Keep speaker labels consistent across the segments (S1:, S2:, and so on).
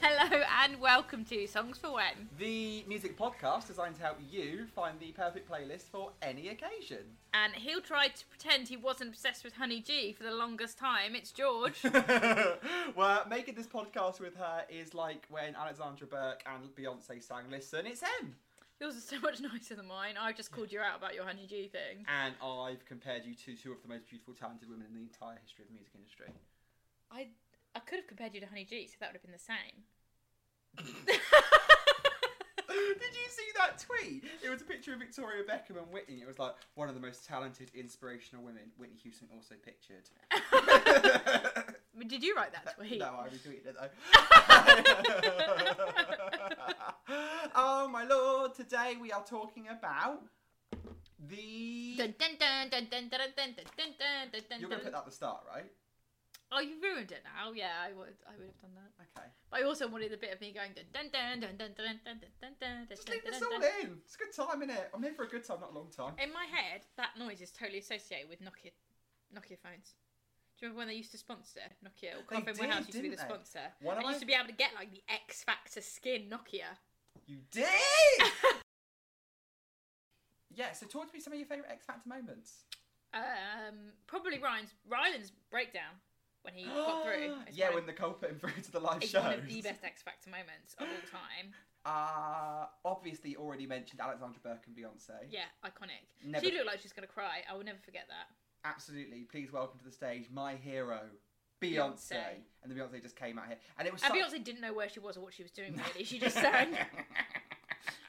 S1: Hello and welcome to Songs for When.
S2: The music podcast designed to help you find the perfect playlist for any occasion.
S1: And he'll try to pretend he wasn't obsessed with Honey G for the longest time. It's George.
S2: well, making this podcast with her is like when Alexandra Burke and Beyonce sang Listen, it's him.
S1: Yours is so much nicer than mine. I just called you out about your Honey G thing.
S2: And I've compared you to two of the most beautiful, talented women in the entire history of the music industry.
S1: I I could have compared you to Honey G, so that would have been the same.
S2: Did you see that tweet? It was a picture of Victoria Beckham and Whitney. It was like one of the most talented, inspirational women. Whitney Houston also pictured.
S1: Did you write that tweet?
S2: No, I retweeted it though. oh my lord! Today we are talking about the.
S1: Dun, dun, dun, dun, dun, dun, dun, dun, dun, dun, dun, dun,
S2: You're gonna
S1: dun.
S2: put that at the start, right?
S1: Oh, you ruined it now. Yeah, I would. I would have done that.
S2: Okay.
S1: But I also wanted a bit of me going dun dun dun dun dun dun dun dun dun dun.
S2: Just
S1: dun,
S2: leave
S1: dun,
S2: this
S1: dun,
S2: all
S1: dun.
S2: in. It's a good time, innit? I'm here for a good time, not a long time.
S1: In my head, that noise is totally associated with Nokia, Nokia phones. Do you remember when they used to sponsor Nokia? Or
S2: They
S1: Coffin
S2: did,
S1: Warehouse used to be the
S2: didn't they?
S1: sponsor.
S2: One
S1: I
S2: of
S1: used
S2: my-
S1: to be able to get like the X Factor skin Nokia.
S2: You did. yeah. So talk to me some of your favourite X Factor moments.
S1: Um, probably Ryan's Ryland's breakdown when he got through. is
S2: yeah,
S1: one of-
S2: when the cold put him through to the live
S1: It's
S2: show.
S1: one of the best X Factor moments of all time.
S2: Uh, obviously, already mentioned Alexandra Burke and Beyonce.
S1: Yeah, iconic.
S2: Never-
S1: She looked like she's gonna cry. I will never forget that.
S2: Absolutely. Please welcome to the stage my hero, Beyonce.
S1: Beyonce.
S2: And the Beyonce just came out here. And it was
S1: And
S2: such-
S1: Beyonce didn't know where she was or what she was doing. Really, she just sang.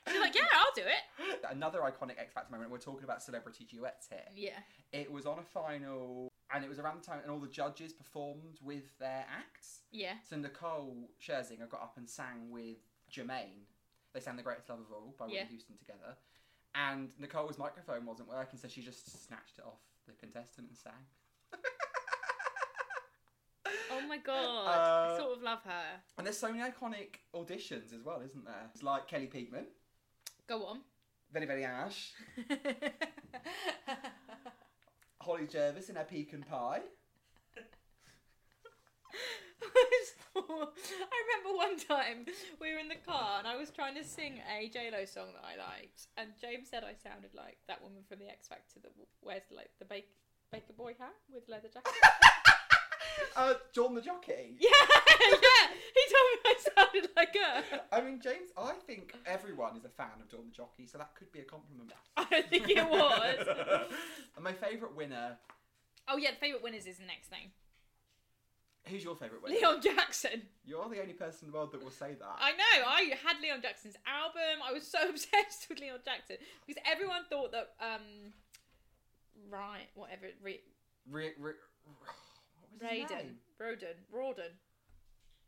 S1: She's like, "Yeah, I'll do it."
S2: Another iconic X Factor moment. We're talking about celebrity duets here.
S1: Yeah,
S2: It was on a final, and it was around the time, and all the judges performed with their acts.
S1: yeah.
S2: So Nicole Scherzinger got up and sang with Jermaine. They sang The Greatest Love of All by Whitney
S1: Yeah.
S2: Houston together. And Nicole's microphone wasn't working, so she just snatched it off the contestant and sang.
S1: Oh my god,
S2: Uh,
S1: I sort of love her.
S2: And there's so many iconic auditions as well, isn't there? It's like Kelly Peakman,
S1: Go on.
S2: Very Very Ash, Holly Jervis in her pecan pie.
S1: I just thought- I remember one time we were in the car and I was trying to sing a Lo song that I liked, and James said I sounded like that woman from the X Factor that w- wears like the bake, baker boy hat with leather jacket.
S2: Uh, John the Jockey.
S1: yeah, yeah. He told me I sounded like her.
S2: I mean, James, I think everyone is a fan of John the Jockey, so that could be a compliment.
S1: I don't think it was.
S2: and my favourite winner.
S1: oh yeah, the favourite winners is the next thing.
S2: Who's your favourite winner?
S1: Leon Jackson.
S2: You're the only person in the world that will say that.
S1: I know. I had Leon Jackson's album. I was so obsessed with Leon Jackson because everyone thought that um, right, whatever, Re-
S2: Re- re- what was his
S1: Raiden,
S2: name?
S1: Roden, Rawdon,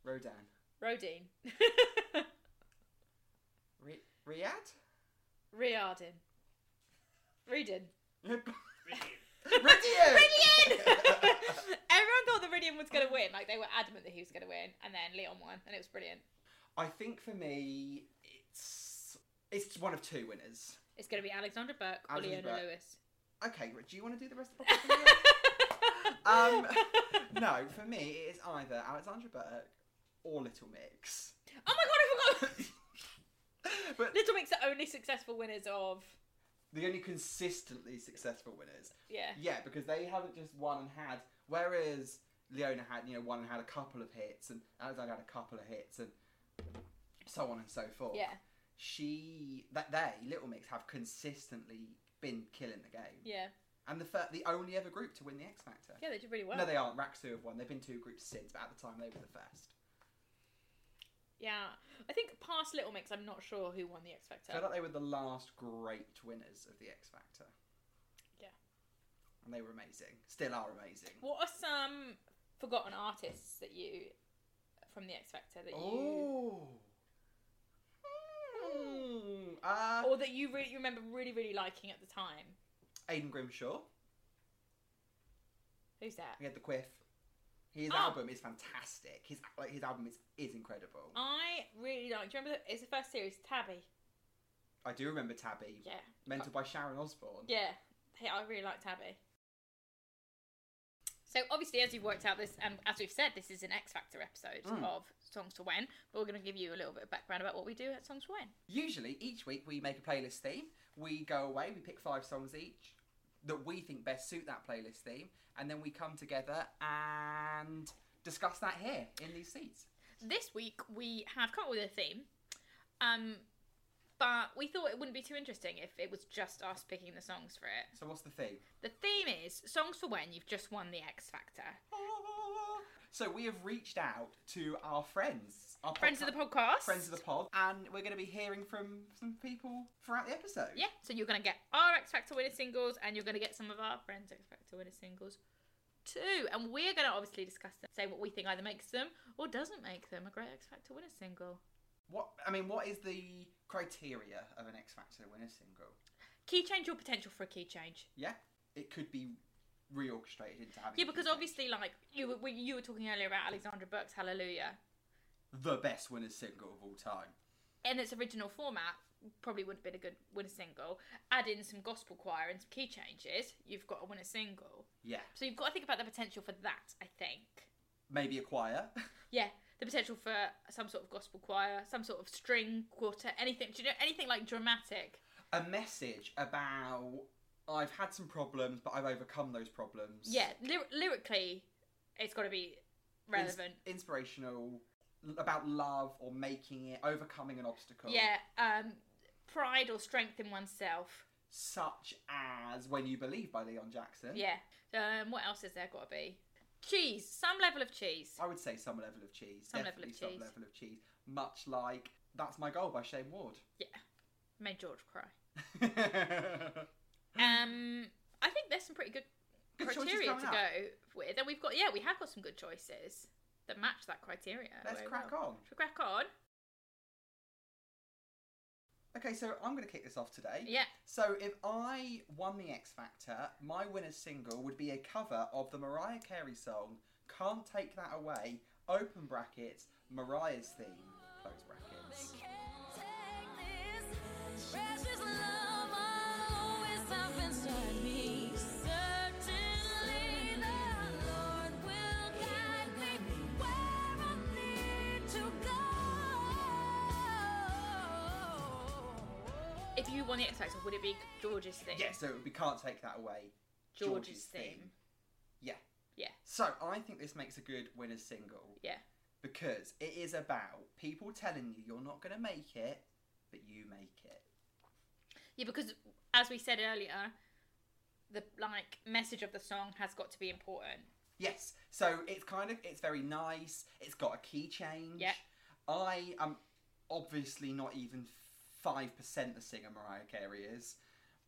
S2: Rodan.
S1: Rodine,
S2: Re- Riyadh?
S1: Riardin, Riordan.
S2: Ridian!
S1: Ridian! Everyone thought that Ridian was going to win. Like they were adamant that he was going to win, and then Leon won, and it was brilliant.
S2: I think for me, it's it's one of two winners.
S1: It's going to be Alexandra Burke or
S2: Alexandra
S1: Leona
S2: Burke.
S1: Lewis.
S2: Okay, do you want to do the rest of the podcast? Um, no, for me, it is either Alexandra Burke or Little Mix.
S1: oh my god, I forgot.
S2: but
S1: Little Mix are only successful winners of
S2: the only consistently successful winners.
S1: yeah.
S2: Yeah, because they haven't just won and had. Whereas Leona had, you know, won and had a couple of hits, and Alexandra had a couple of hits, and so on and so forth.
S1: Yeah,
S2: She, that they, Little Mix, have consistently been killing the game,
S1: yeah,
S2: and the fir- the only ever group to win the X Factor.
S1: yeah. They did really well.
S2: No, they aren't. Raxu have won. They've been two groups since, but at the time they were the first.
S1: yeah, I think past Little Mix, I'm not sure who won the X
S2: I feel
S1: Factor.
S2: like they were the last great winners of the X Factor.
S1: Yeah.
S2: And they were amazing. Still are amazing.
S1: What are some forgotten artists that you from the X Factor that you
S2: Oh. Mm. Uh,
S1: or that you really you remember really really liking at the time?
S2: Aidan Grimshaw.
S1: Who's that?
S2: He had the quiff. His
S1: Oh.
S2: album is fantastic. His
S1: Ah.
S2: like his album is, is incredible.
S1: I really like. Do you remember? the- It's the first series, Tabby.
S2: I do remember Tabby,
S1: Yeah.
S2: mentored by Sharon Osbourne.
S1: Yeah. Hey, I really like Tabby. So obviously, as you've worked out this, and as we've said, this is an X Factor episode
S2: Mm.
S1: of Songs to When, but we're going to give you a little bit of background about what we do at Songs to When.
S2: Usually, each week we make a playlist theme. We go away, we pick five songs each that we think best suit that playlist theme, and then we come together and discuss that here in these seats.
S1: This week we have come up with a theme, um, but we thought it wouldn't be too interesting if it was just us picking the songs for it.
S2: So, what's the theme?
S1: The theme is Songs for When You've Just Won the X Factor.
S2: So, we have reached out to our friends, our
S1: Friends of the
S2: podca-
S1: podcast.
S2: friends of the pod, and we're going to be hearing from some people throughout the episode.
S1: Yeah, so you're going to get our X Factor winner singles and you're going to get some of our friends' X Factor winner singles too. And we're going to obviously discuss them, say what we think either makes them or doesn't make them a great X Factor winner single.
S2: What I mean, what is the criteria of an X Factor winner single?
S1: Key change or potential for a key change?
S2: Yeah, it could be reorchestrated into having.
S1: Yeah,
S2: a
S1: because
S2: feature.
S1: obviously, like you were, we- you were talking earlier about Alexandra Burke's Hallelujah
S2: the best winner single of all time.
S1: in its original format. Probably wouldn't have been a good winner single. Add in some gospel choir and some key changes, you've got a winner single.
S2: Yeah,
S1: So you've got to think about the potential for that, I think.
S2: maybe a choir.
S1: Yeah, the potential for some sort of gospel choir, some sort of string quartet, anything. Do you know anything like dramatic?
S2: a message about I've had some problems, but I've overcome those problems.
S1: Yeah, lyr- lyrically, it's got to be
S2: Ins-
S1: relevant.
S2: inspirational l- about love or making it, overcoming an obstacle.
S1: Yeah, um, pride or strength in oneself.
S2: Such as When You Believe by Leon Jackson.
S1: Yeah. Um, what else is there got to be? Cheese, some level of cheese.
S2: I would say some level of cheese.
S1: Some level
S2: Definitely
S1: of
S2: some
S1: cheese.
S2: level of cheese. Much like That's My Goal by Shane Ward.
S1: Made George cry.
S2: Good
S1: Um, I think there's some pretty good,
S2: Hmm. choices
S1: criteria
S2: coming
S1: to
S2: up.
S1: go with, and we've got yeah, we have got some good choices that match that criteria.
S2: Let's crack on.
S1: Should we crack on?
S2: Okay, so I'm going to kick this off today.
S1: Yeah.
S2: So if I won the X Factor, my winner single would be a cover of the Mariah Carey song "Can't Take That Away" (open brackets Mariah's theme) close brackets.
S1: If you won the X Factor, would it be George's theme?
S2: Yeah, so it would be "Can't Take That Away."
S1: George's, theme.
S2: So I think this makes a good winner single.
S1: Yeah.
S2: Because it is about people telling you you're not going to make it, but you make it.
S1: Yeah, because as we said earlier, the like message of the song has got to be important.
S2: Yes. So it's kind of it's very nice. It's got a key change.
S1: Yeah.
S2: I am obviously not even five percent the singer Mariah Carey is,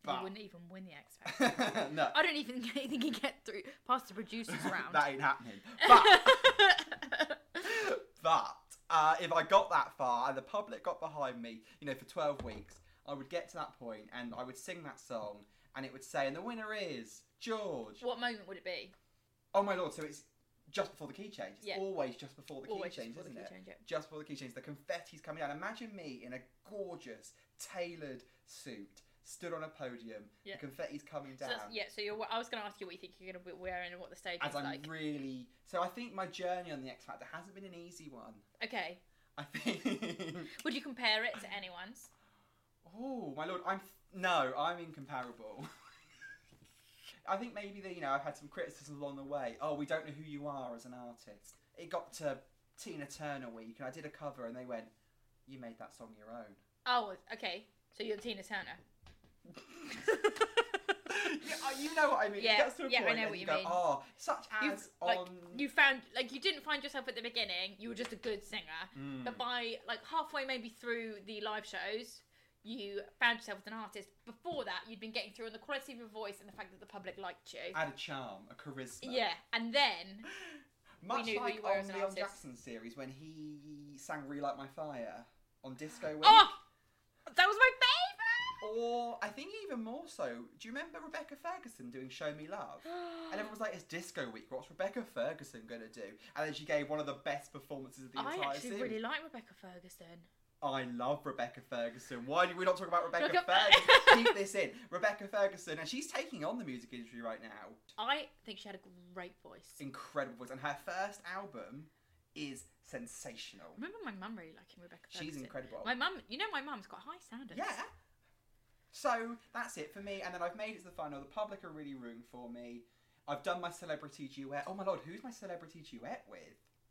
S1: you
S2: but
S1: wouldn't even win the X Factor.
S2: no,
S1: I don't even think you get through past the producers round.
S2: that ain't happening. But but uh, if I got that far and the public got behind me, you know, for twelve weeks, I would get to that point and I would sing that song and it would say, and the winner is George.
S1: what moment would it be?
S2: Oh my lord! So it's just before the key change. It's
S1: Yeah.
S2: always just before the key
S1: Always just
S2: change,
S1: before the
S2: isn't
S1: key
S2: it?
S1: change, yeah.
S2: just before the key change, the confetti's coming down. Imagine me in a gorgeous, tailored suit, stood on a podium,
S1: Yeah.
S2: the confetti's coming
S1: So
S2: down.
S1: that's, yeah, so you're, I was going to ask you what you think you're going to be wearing and what the stage
S2: As
S1: is
S2: I'm
S1: like.
S2: really. So I think my journey on the X Factor hasn't been an easy one.
S1: okay.
S2: I think.
S1: Would you compare it to anyone's?
S2: oh, my lord, I'm. No, I'm incomparable. I think maybe that, you know, I've had some criticism along the way. Oh, we don't know who you are as an artist. It got to Tina Turner week and I did a cover and they went, You made that song your own.
S1: Oh, okay. So you're Tina Turner.
S2: yeah, uh, you know what I mean. it
S1: Yeah,
S2: gets to a
S1: yeah, I
S2: point
S1: know
S2: and
S1: what
S2: you
S1: you
S2: go,
S1: mean.
S2: Oh, such
S1: You've,
S2: as
S1: like,
S2: on.
S1: You found like you didn't find yourself at the beginning. You were just a good singer,
S2: Mm.
S1: but by like halfway maybe through the live shows, you found yourself as an artist. Before that, you'd been getting through on the quality of your voice and the fact that the public liked you.
S2: Add a charm, a charisma.
S1: yeah, and then
S2: Much
S1: knew who
S2: like
S1: you were
S2: on
S1: as an
S2: Leon
S1: artist.
S2: Jackson's series when he sang "Relight My Fire" on Disco Week,
S1: oh, that was my favorite.
S2: or I think even more so. Do you remember Rebecca Ferguson doing "Show Me Love"? And everyone was like, "It's Disco Week. What's Rebecca Ferguson gonna do?" And then she gave one of the best performances of the
S1: I
S2: entire
S1: actually
S2: series.
S1: really like Rebecca Ferguson.
S2: I love Rebecca Ferguson. Why did we not talk about Rebecca
S1: Look up-
S2: Ferguson? Keep this in. Rebecca Ferguson, and she's taking on the music industry right now.
S1: I think she had a great voice.
S2: Incredible voice, and her first album is sensational.
S1: remember my mum really liking Rebecca Ferguson.
S2: She's incredible.
S1: My mum, you know, my mum's quite high sounding.
S2: Yeah. So that's it for me, and then I've made it to the final. The public are really rooting for me. I've done my celebrity duet. Oh my lord, who's my celebrity duet with?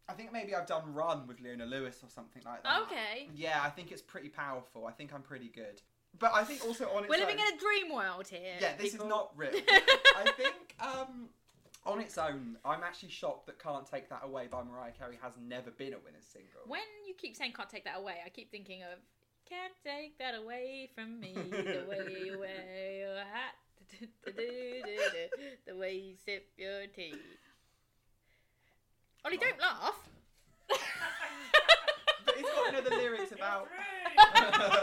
S2: I think maybe I've done Run with Leona Lewis or something like that.
S1: Okay.
S2: Yeah, I think it's pretty powerful. I think I'm pretty good. But I think also on its
S1: We're
S2: own,
S1: living in a dream world here.
S2: yeah, this
S1: people.
S2: is not real. I think um, on its own, I'm actually shocked that "Can't Take That Away" by Mariah Carey has never been a winning single.
S1: When you keep saying "can't take that away," I keep thinking of "can't take that away from me." The way you wear your hat, the way you sip your tea. Ollie,
S2: Right.
S1: don't laugh.
S2: but it's got another lyrics about.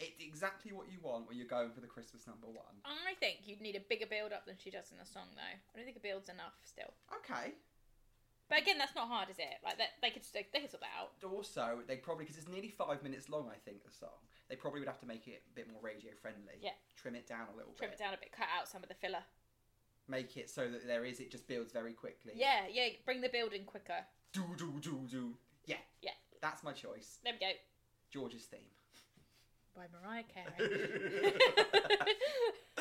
S2: it's exactly what you want when you're going for the Christmas number one.
S1: I think you'd need a bigger build up than she does in the song, though. I don't think a build's enough still.
S2: Okay.
S1: But again, that's not hard, is it? Like that, they could they, they could sort that out.
S2: Also, they probably because it's nearly five minutes long. I think the song they probably would have to make it a bit more radio friendly.
S1: Yeah.
S2: Trim it down a little
S1: Trim
S2: bit.
S1: it down a bit, cut out some of the filler.
S2: Make it so that there is it just builds very quickly.
S1: Yeah, yeah, bring the build in quicker.
S2: Do do do do. Yeah.
S1: Yeah.
S2: That's my choice.
S1: There we go.
S2: George's theme.
S1: By Mariah Carey.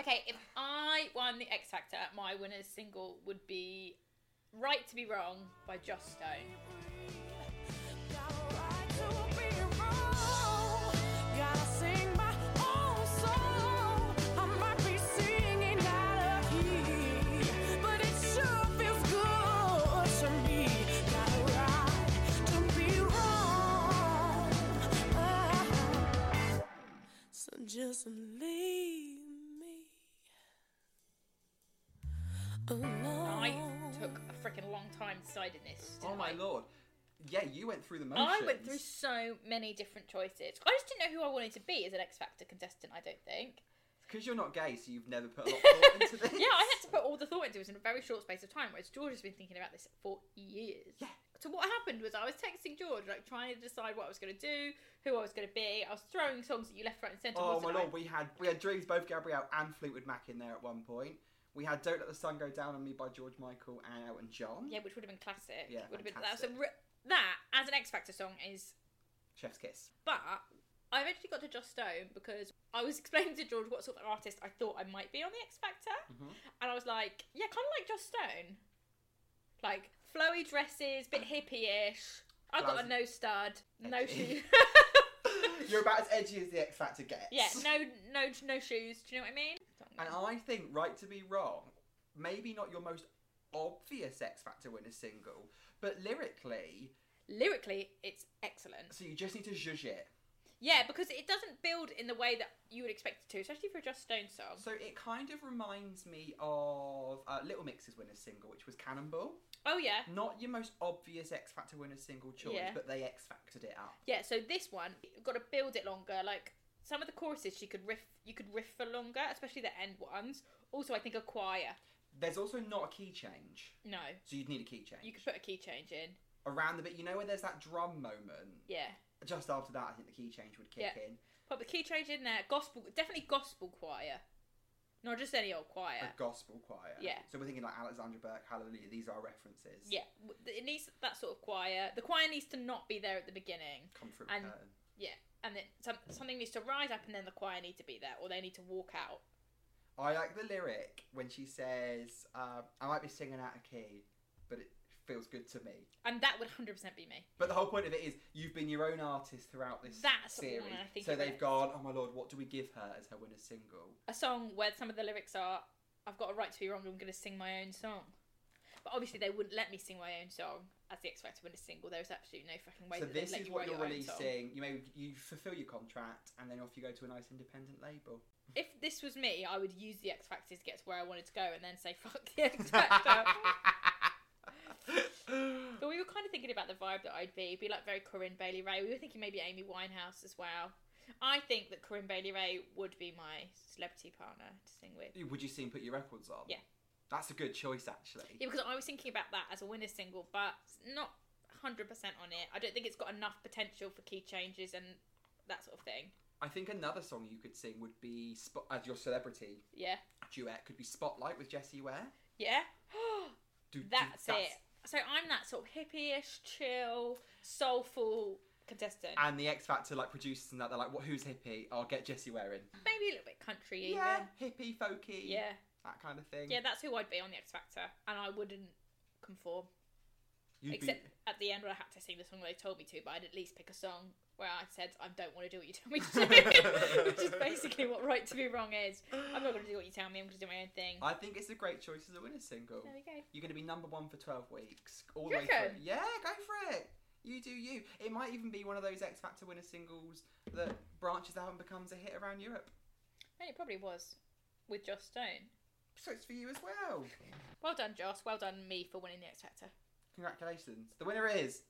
S1: okay, if I won the X Factor, my winner's single would be Right to Be Wrong by Joss Stone.
S3: Just leave me alone.
S1: I took a freaking long time deciding this.
S2: Oh
S1: didn't
S2: my
S1: I?
S2: lord. Yeah, you went through the motions.
S1: I went through so many different choices. I just didn't know who I wanted to be as an X Factor contestant, I don't think.
S2: because you're not gay, so you've never put a lot of thought into this.
S1: yeah, I had to put all the thought into it in a very short space of time, whereas George has been thinking about this for years.
S2: Yeah.
S1: So what happened was I was texting George, like trying to decide what I was going to do, who I was going to be. I was throwing songs at you left, right, and centre.
S2: Oh
S1: wasn't
S2: my
S1: I?
S2: lord, we had we had dreams both Gabrielle and Fleetwood Mac in there at one point. We had "Don't Let the Sun Go Down on Me" by George Michael and Elton John.
S1: Yeah, which would have been classic.
S2: Yeah,
S1: would have been that was a
S2: fantastic.
S1: re- that as an X Factor song is,
S2: Chef's Kiss.
S1: but. I eventually got to Joss Stone because I was explaining to George what sort of artist I thought I might be on the X Factor.
S2: Mhm.
S1: and I was like, yeah, kind of like Joss Stone, like flowy dresses, bit hippie-ish. I got
S2: Blousy.
S1: a no stud, no
S2: Edgy.
S1: shoes.
S2: You're about as edgy as the X Factor gets.
S1: yeah, no, no, no shoes. Do you know what I mean?
S2: And I think "Right to Be Wrong," maybe not your most obvious X Factor winner single, but lyrically,
S1: Lyrically, it's excellent.
S2: so you just need to judge it.
S1: Yeah, because it doesn't build in the way that you would expect it to, especially for a Joss Stone song.
S2: So it kind of reminds me of uh, Little Mix's winner single, which was Cannonball.
S1: Oh yeah,
S2: Not your most obvious X Factor winner single choice,
S1: Yeah.
S2: but they X Factored it up.
S1: yeah. So this one, you've got to build it longer. Like some of the choruses, she could riff. You could riff for longer, especially the end ones. Also, I think a choir.
S2: There's also not a key change,
S1: No,
S2: so you'd need a key change
S1: you could put a key change in.
S2: around the bit. You know where there's that drum moment.
S1: Yeah.
S2: Just after that, I think the key change would kick in.
S1: Pop the key change in there. Gospel, definitely gospel choir, not just any old choir.
S2: A gospel choir.
S1: Yeah.
S2: So we're thinking like Alexandra Burke, Hallelujah. These are references.
S1: yeah, w- it needs that sort of choir. The choir needs to not be there at the beginning,
S2: Comfort
S1: And-
S2: curtain.
S1: and then some, something needs to rise up, and then the choir need to be there, or they need to walk out.
S2: I like the lyric when she says, um, "I might be singing out of key, but it feels good to me."
S1: And that would hundred percent be me.
S2: But the whole point of it is you've been your own artist throughout this
S1: That's the
S2: series.
S1: one I think
S2: so
S1: it
S2: they've
S1: is.
S2: gone, oh my lord, what do we give her as her winner single?
S1: A song where some of the lyrics are, "I've got a right to be wrong. I'm going to sing my own song." But obviously, they wouldn't let me sing my own song as the X Factor winner single. There was absolutely no fucking way.
S2: so
S1: that they'd
S2: this
S1: let
S2: is
S1: you
S2: what
S1: write
S2: you're
S1: your own song.
S2: releasing. You may you fulfil your contract, and then off you go to a nice independent label.
S1: If this was me, I would use the X Factor to get to where I wanted to go, and then say fuck the X Factor. But we were kind of thinking about the vibe that I'd be. Be like very Corinne Bailey Ray. We were thinking maybe Amy Winehouse as well. I think that Corinne Bailey Ray would be my celebrity partner to sing with.
S2: Would you soon put your records on?
S1: Yeah.
S2: That's a good choice, actually.
S1: Yeah, because I was thinking about that as a winner single, but not 100% on it. I don't think it's got enough potential for key changes and that sort of thing.
S2: I think another song you could sing would be Sp- as your celebrity
S1: Yeah.
S2: duet could be Spotlight with Jessie Ware.
S1: Yeah.
S2: Do- do-
S1: that's it. So I'm that sort of hippie-ish, chill, soulful contestant.
S2: And the X Factor like producers and that they're like, what? Who's hippie? I'll get Jessie Ware in.
S1: Maybe a little bit country even.
S2: Yeah, hippie, folky,
S1: Yeah.
S2: that kind of thing.
S1: Yeah, that's who I'd be on the X Factor, and I wouldn't conform.
S2: You'd
S1: Except
S2: be
S1: at the end, when I had to sing the song they told me to, but I'd at least pick a song where I said I don't want to do what you tell me to do, which is basically what Right to Be Wrong is. I'm not going to do what you tell me. I'm going to do my own thing.
S2: I think it's a great choice as a winner single.
S1: There we go.
S2: You're going to be number one for 12 weeks. All
S1: Oh, You
S2: the way through.
S1: reckon?
S2: Yeah, go for it. You do you. It might even be one of those X Factor winner singles that branches out and becomes a hit around Europe.
S1: And it probably was with Joss Stone.
S2: So it's for you as well.
S1: Well done, Joss. Well done, me for winning the X Factor.
S2: Congratulations. The winner is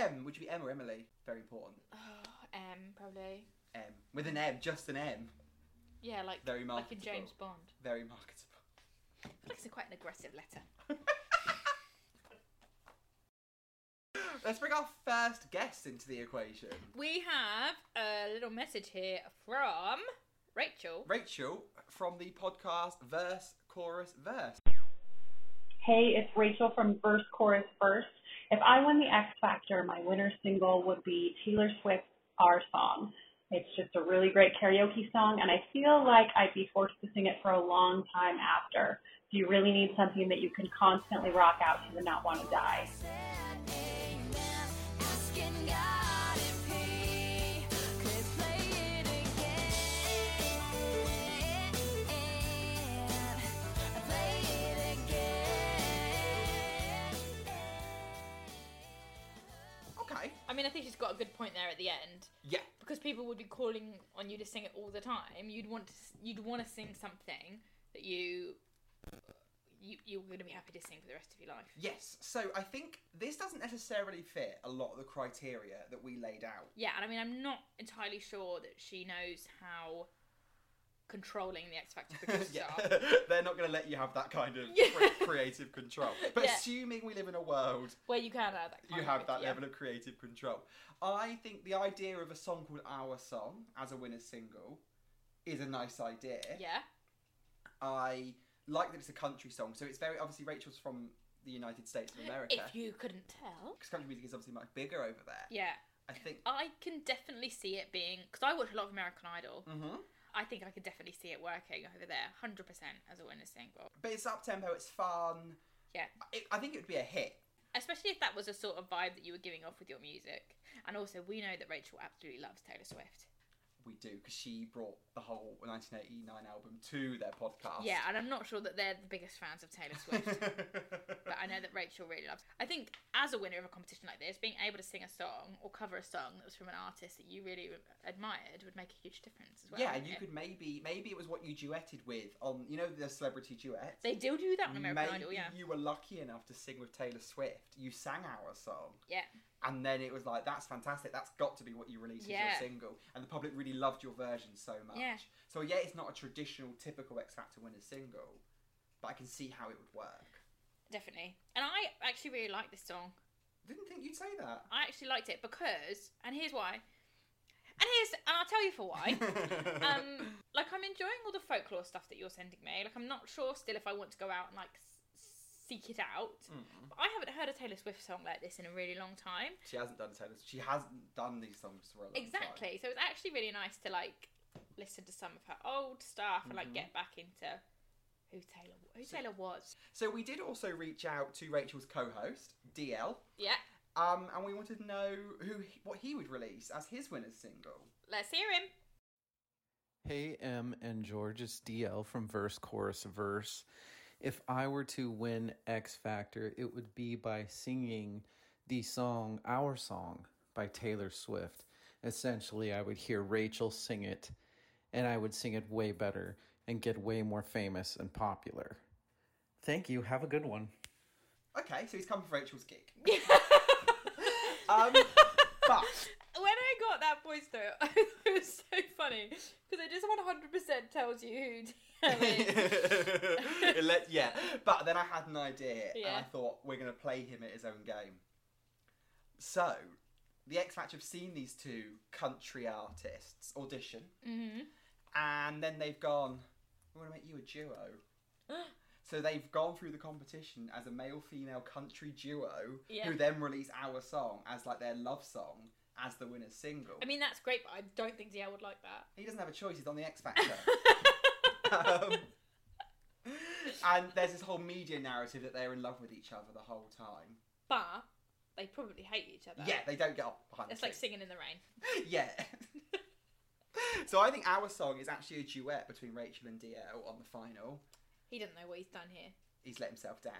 S2: M. Would you be M or Emily? Very important.
S1: Oh, M probably.
S2: M. With an M, just an M.
S1: Yeah, like
S2: Very
S1: like in
S2: marketable.
S1: James Bond.
S2: Very marketable.
S1: I feel like it's a quite an aggressive letter.
S2: Let's bring our first guest into the equation.
S1: We have a little message here from Rachel.
S2: Rachel from the podcast Verse Chorus Verse.
S4: Hey, it's Rachel from Verse Chorus First. If I won the X Factor, my winner single would be Taylor Swift's Our Song. It's just a really great karaoke song, and I feel like I'd be forced to sing it for a long time after. So you really need something that you can constantly rock out to and not want to die.
S2: Okay.
S1: I mean, I think she's got a good point there at the end
S2: Yeah.
S1: because people would be calling on you to sing it all the time. You'd want to, s- you'd want to sing something that you you you're going to be happy to sing for the rest of your life.
S2: Yes. So I think this doesn't necessarily fit a lot of the criteria that we laid out.
S1: Yeah, and I mean, I'm not entirely sure that she knows how controlling the X Factor producers
S2: yeah.
S1: are.
S2: They're not going to let you have that kind of
S1: Yeah.
S2: cre- creative control. But
S1: Yeah.
S2: assuming we live in a world
S1: Where you can have that.
S2: you
S1: kind
S2: have
S1: of-
S2: that
S1: yeah.
S2: level of creative control. I think the idea of a song called Our Song as a winner single is a nice idea.
S1: Yeah.
S2: I like that it's a country song, so it's very obviously Rachel's from the United States of America.
S1: If you couldn't tell.
S2: Because country music is obviously much bigger over there.
S1: Yeah,
S2: I think.
S1: I can definitely see it being because I watch a lot of American Idol.
S2: hmm
S1: I think I could definitely see it working over there, hundred percent as a winner single.
S2: But it's up tempo, it's fun.
S1: Yeah.
S2: It, I think it would be a hit.
S1: Especially if that was a sort of vibe that you were giving off with your music. And also, we know that Rachel absolutely loves Taylor Swift.
S2: We do, because she brought the whole 1989 album to their podcast.
S1: Yeah, and I'm not sure that they're the biggest fans of Taylor Swift, but I know that Rachel really loves. I think as a winner of a competition like this, being able to sing a song or cover a song that was from an artist that you really admired would make a huge difference as well.
S2: yeah,
S1: wouldn't
S2: you
S1: it?
S2: could maybe maybe it was what you duetted with on you know the celebrity duet.
S1: They do do that on American
S2: maybe
S1: Idol, yeah.
S2: you were lucky enough to sing with Taylor Swift. You sang our song.
S1: Yeah.
S2: And then it was like, that's fantastic. That's got to be what you release
S1: Yeah.
S2: as your single. And the public really loved your version so much.
S1: Yeah.
S2: So, yeah, it's not a traditional, typical X Factor winner single, but I can see how it would work.
S1: Definitely. And I actually really like this song.
S2: Didn't think you'd say that.
S1: I actually liked it because, and here's why. And here's, and I'll tell you for why. um, like I'm enjoying all the folklore stuff that you're sending me. Like I'm not sure still if I want to go out and like s- seek it out.
S2: Mm.
S1: But I haven't heard a Taylor Swift song like this in a really long time.
S2: She hasn't done Taylor. She hasn't done these songs for a long time.
S1: Exactly. So it's actually really nice to like listen to some of her old stuff and like
S2: Mhm.
S1: get back into who Taylor who
S2: So-
S1: Taylor was.
S2: So, we did also reach out to Rachel's co host, DL,
S1: Yeah.
S2: um, and we wanted to know who he- what he would release as his winner's single.
S1: Let's hear him.
S5: Hey, M and George, it's DL from Verse Chorus Verse. If I were to win X Factor, it would be by singing the song Our Song by Taylor Swift. Essentially, I would hear Rachel sing it, and I would sing it way better and get way more famous and popular. Thank you. Have a good one.
S2: Okay, so he's come for Rachel's gig. Um,
S1: um,
S2: but-
S1: when I got that voice though, it was so funny because it just one hundred percent tells you who
S2: It let- yeah, but then I had an idea and I
S1: Yeah.
S2: thought we're going to play him at his own game. So, the X Factor have seen these two country artists audition
S1: hmm
S2: and then they've gone, we want to make you a duo. so they've gone through the competition as a male female country duo
S1: Yeah.
S2: who then release our song as like their love song as the winner's single.
S1: I mean, that's great, but I don't think DL would like that.
S2: he doesn't have a choice, he's on the X Factor. um, and there's this whole media narrative that they're in love with each other the whole time.
S1: but they probably hate each other.
S2: Yeah, they don't get up behind.
S1: It's
S2: the
S1: like
S2: scenes.
S1: singing in the rain.
S2: yeah. so I think our song is actually a duet between Rachel and DL on the final.
S1: He doesn't know what he's done here.
S2: He's let himself down.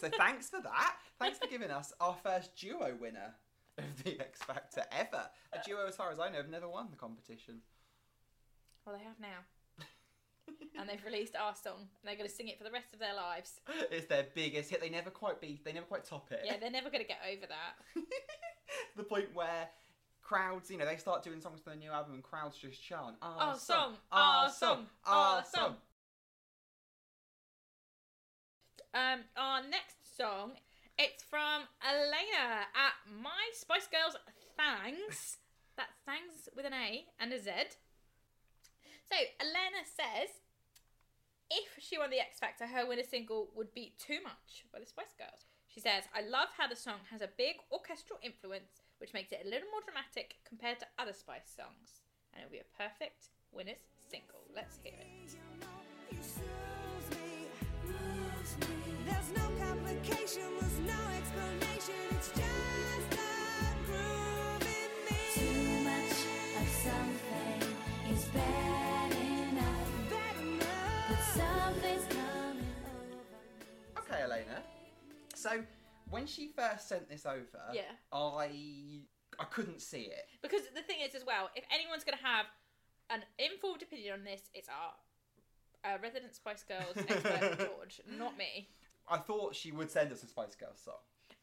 S2: so thanks for that. Thanks for giving us our first duo winner of the X Factor ever. A duo, as far as I know, have never won the competition.
S1: well, they have now. and they've released our song, and they're going to sing it for the rest of their lives.
S2: It's their biggest hit. They never quite beat. They never quite top it.
S1: Yeah, they're never going to get over that.
S2: the point where crowds, you know, they start doing songs for the new album and crowds just chant, "Ah,
S1: Our
S2: our
S1: song, our song,
S2: ah,
S1: our song. Um, our next song, it's from Elena at My Spice Girls Thangs. That's thangs with an A and a Z. So Elena says, if she won the X Factor, her winner single would be "Too Much" by the Spice Girls. She says, "I love how the song has a big orchestral influence, which makes it a little more dramatic compared to other Spice songs, and it'll be a perfect winner's single." Let's hear it.
S6: There's no complication, there's no explanation. It's just a groove in me.
S7: Too much of something is bad enough,
S6: Bad enough.
S7: but something's coming over me.
S2: Okay, Elena. So when she first sent this over,
S1: Yeah.
S2: I I couldn't see it.
S1: Because the thing is, as well, if anyone's going to have an informed opinion on this, it's our uh, resident Spice Girls expert George, not me.
S2: I thought she would send us a Spice Girls song.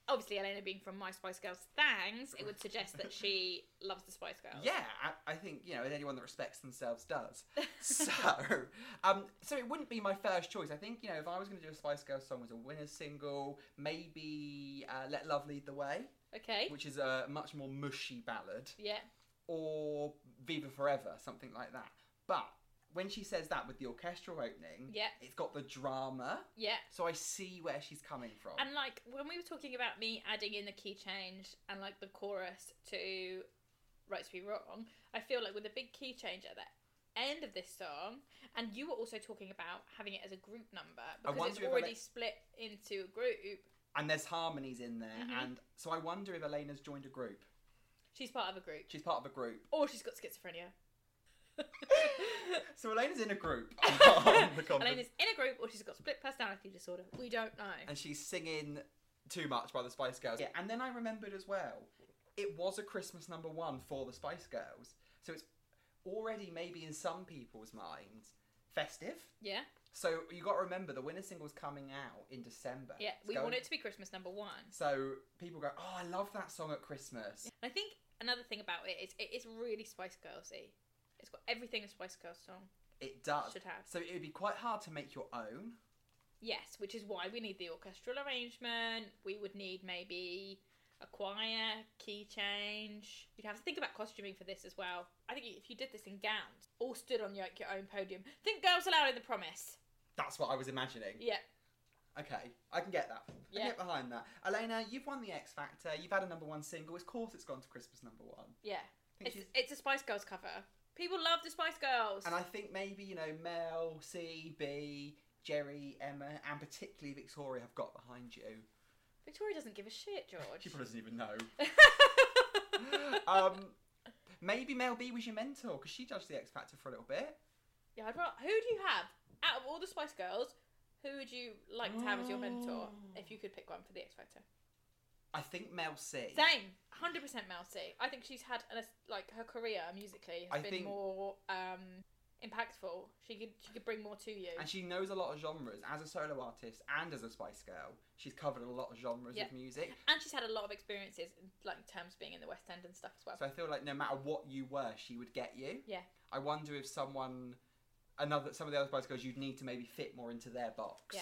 S1: Obviously, Elena being from My Spice Girls, thangs. It would suggest that she loves the Spice Girls.
S2: Yeah, I, I think you know anyone that respects themselves does. so, um, so it wouldn't be my first choice. I think you know if I was going to do a Spice Girls song as a winner's single, maybe uh, "Let Love Lead the Way,"
S1: Okay.
S2: which is a much more mushy ballad,
S1: Yeah.
S2: or "Viva Forever," something like that. But when she says that with the orchestral opening,
S1: Yeah.
S2: it's got the drama.
S1: Yeah.
S2: So I see where she's coming from.
S1: And like when we were talking about me adding in the key change and like the chorus to Right to Be Wrong, I feel like with a big key change at the end of this song, and you were also talking about having it as a group number because
S2: wonder
S1: it's
S2: if I
S1: already
S2: let-
S1: split into a group.
S2: and there's harmonies in there,
S1: Mhm.
S2: and so I wonder if Elena's joined a group.
S1: She's part of a group,
S2: She's part of a group.
S1: or she's got schizophrenia.
S2: So Elena's in a group on Oh, the conference,
S1: Elena's in a group, or she's got split personality disorder. We don't know.
S2: and she's singing "Too Much" by the Spice Girls. Yeah, and then I remembered as well, it was a Christmas number one for the Spice Girls, so it's already maybe in some people's minds festive.
S1: Yeah,
S2: So you got to remember the winner single's coming out in December.
S1: yeah.
S2: It's
S1: We
S2: going-
S1: want it to be Christmas number one.
S2: So people go, "Oh, I love that song at Christmas."
S1: I think another thing about it is it is really Spice Girlsy. It's got everything a Spice Girls song
S2: It does.
S1: should have.
S2: So it would be quite hard to make your own.
S1: Yes, which is why we need the orchestral arrangement. We would need maybe a choir, key change. You'd have to think about costuming for this as well. I think if you did this in gowns, all stood on your, like, your own podium. Think girls allowed in the promise.
S2: That's what I was imagining.
S1: Yeah,
S2: Okay, I can get that. I
S1: Yeah.
S2: can get behind that. Elena, you've won the X Factor. You've had a number one single. Of course, it's gone to Christmas number one.
S1: yeah.
S2: I think
S1: It's,
S2: she's-
S1: it's a Spice Girls cover. People love the Spice Girls.
S2: And I think maybe you know Mel, C, B, Jerry, Emma, and particularly Victoria have got behind you.
S1: Victoria doesn't give a shit,
S2: She
S1: George.
S2: probably doesn't even know. um, maybe Mel B was your mentor because she judged the X Factor for a little bit.
S1: yeah, I'd rather, who do you have out of all the Spice Girls? Who would you like to have as your
S2: Oh.
S1: mentor if you could pick one for the X Factor?
S2: I think Mel C.
S1: Same, hundred percent Mel C. I think she's had an, like her career musically
S2: I
S1: has been
S2: think-
S1: more um, impactful. She could she could bring more to you.
S2: and she knows a lot of genres as a solo artist and as a Spice Girl. She's covered a lot of genres
S1: Yeah.
S2: of music.
S1: And she's had a lot of experiences, in, like in terms of being in the West End and stuff as well.
S2: So I feel like no matter what you were, she would get you.
S1: Yeah.
S2: I wonder if someone another some of the other Spice Girls you'd need to maybe fit more into their box.
S1: Yeah.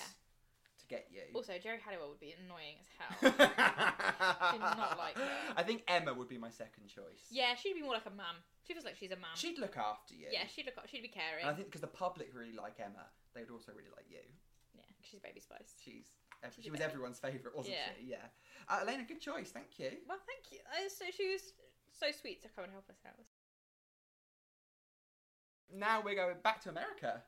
S2: To get you.
S1: Also, Jerry Halliwell would be annoying as hell. Did not like her.
S2: I think Emma would be my second choice.
S1: yeah, she'd be more like a mum. She feels like she's a mum.
S2: She'd look after you.
S1: yeah, she'd look. She'd be caring.
S2: And I think because the public really like Emma, they would also really like you.
S1: yeah, she's baby spice.
S2: She's ev-
S1: She's
S2: she was
S1: better.
S2: everyone's favourite, wasn't
S1: Yeah.
S2: she? Yeah. Uh, Elena, good choice. Thank you.
S1: Well, thank you. Uh, so she was so sweet to come and help us out.
S2: Now we're going back to America.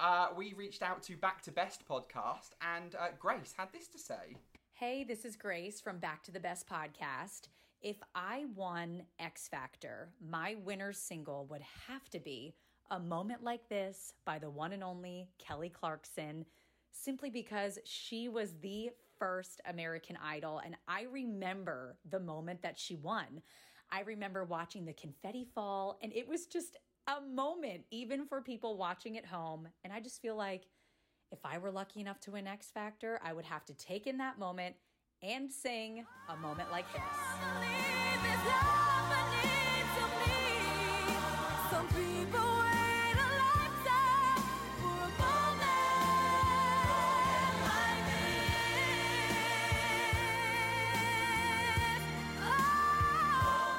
S2: Uh, we reached out to Back to Best podcast, and uh, Grace had this to say.
S8: Hey, this is Grace from Back to the Best podcast. If I won X Factor, my winner single would have to be A Moment Like This by the one and only Kelly Clarkson, simply because she was the first American Idol. And I remember the moment that she won. I remember watching the confetti fall, and it was just a moment, even for people watching at home. And I just feel like, if I were lucky enough to win X Factor, I would have to take in that moment and sing a moment like this.
S6: Some people wait a lifetime for a moment like this. Oh.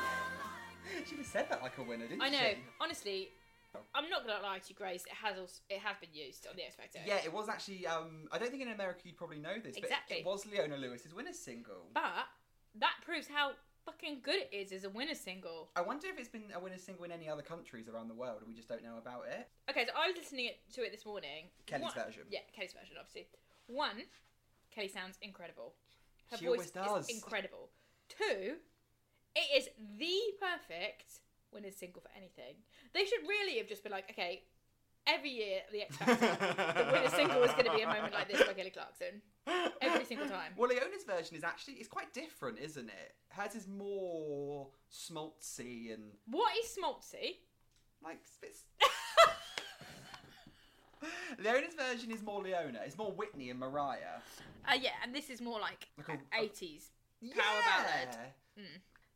S2: She just said that like a winner, didn't
S1: I know.
S2: she?
S1: Honestly,
S2: Oh.
S1: I'm not gonna lie to you, Grace. It has also, it has been used on the X Factor.
S2: Yeah, it was actually. Um, I don't think in America you'd probably know this, but
S1: Exactly.
S2: it was Leona Lewis's winner single.
S1: But that proves how fucking good it is as a winner single.
S2: I wonder if it's been a winner single in any other countries around the world, and we just don't know about it.
S1: Okay, so I was listening it- to it this morning.
S2: Kelly's
S1: One-
S2: version.
S1: Yeah, Kelly's version, obviously. One, Kelly sounds incredible. Her
S2: She
S1: voice
S2: always does.
S1: is incredible. Two, it is the perfect winner's single for anything. They should really have just been like, okay, every year the X Factor, the winner's single is going to be a moment like this by Kelly Clarkson. Every single time.
S2: Well, Leona's version is actually it's quite different, isn't it? Hers is more smaltzy and
S1: What is smaltzy?
S2: like spits. Leona's version is more Leona. It's more Whitney and Mariah.
S1: Uh, yeah, and this is more like
S2: Like a- a-
S1: 80s power ballad.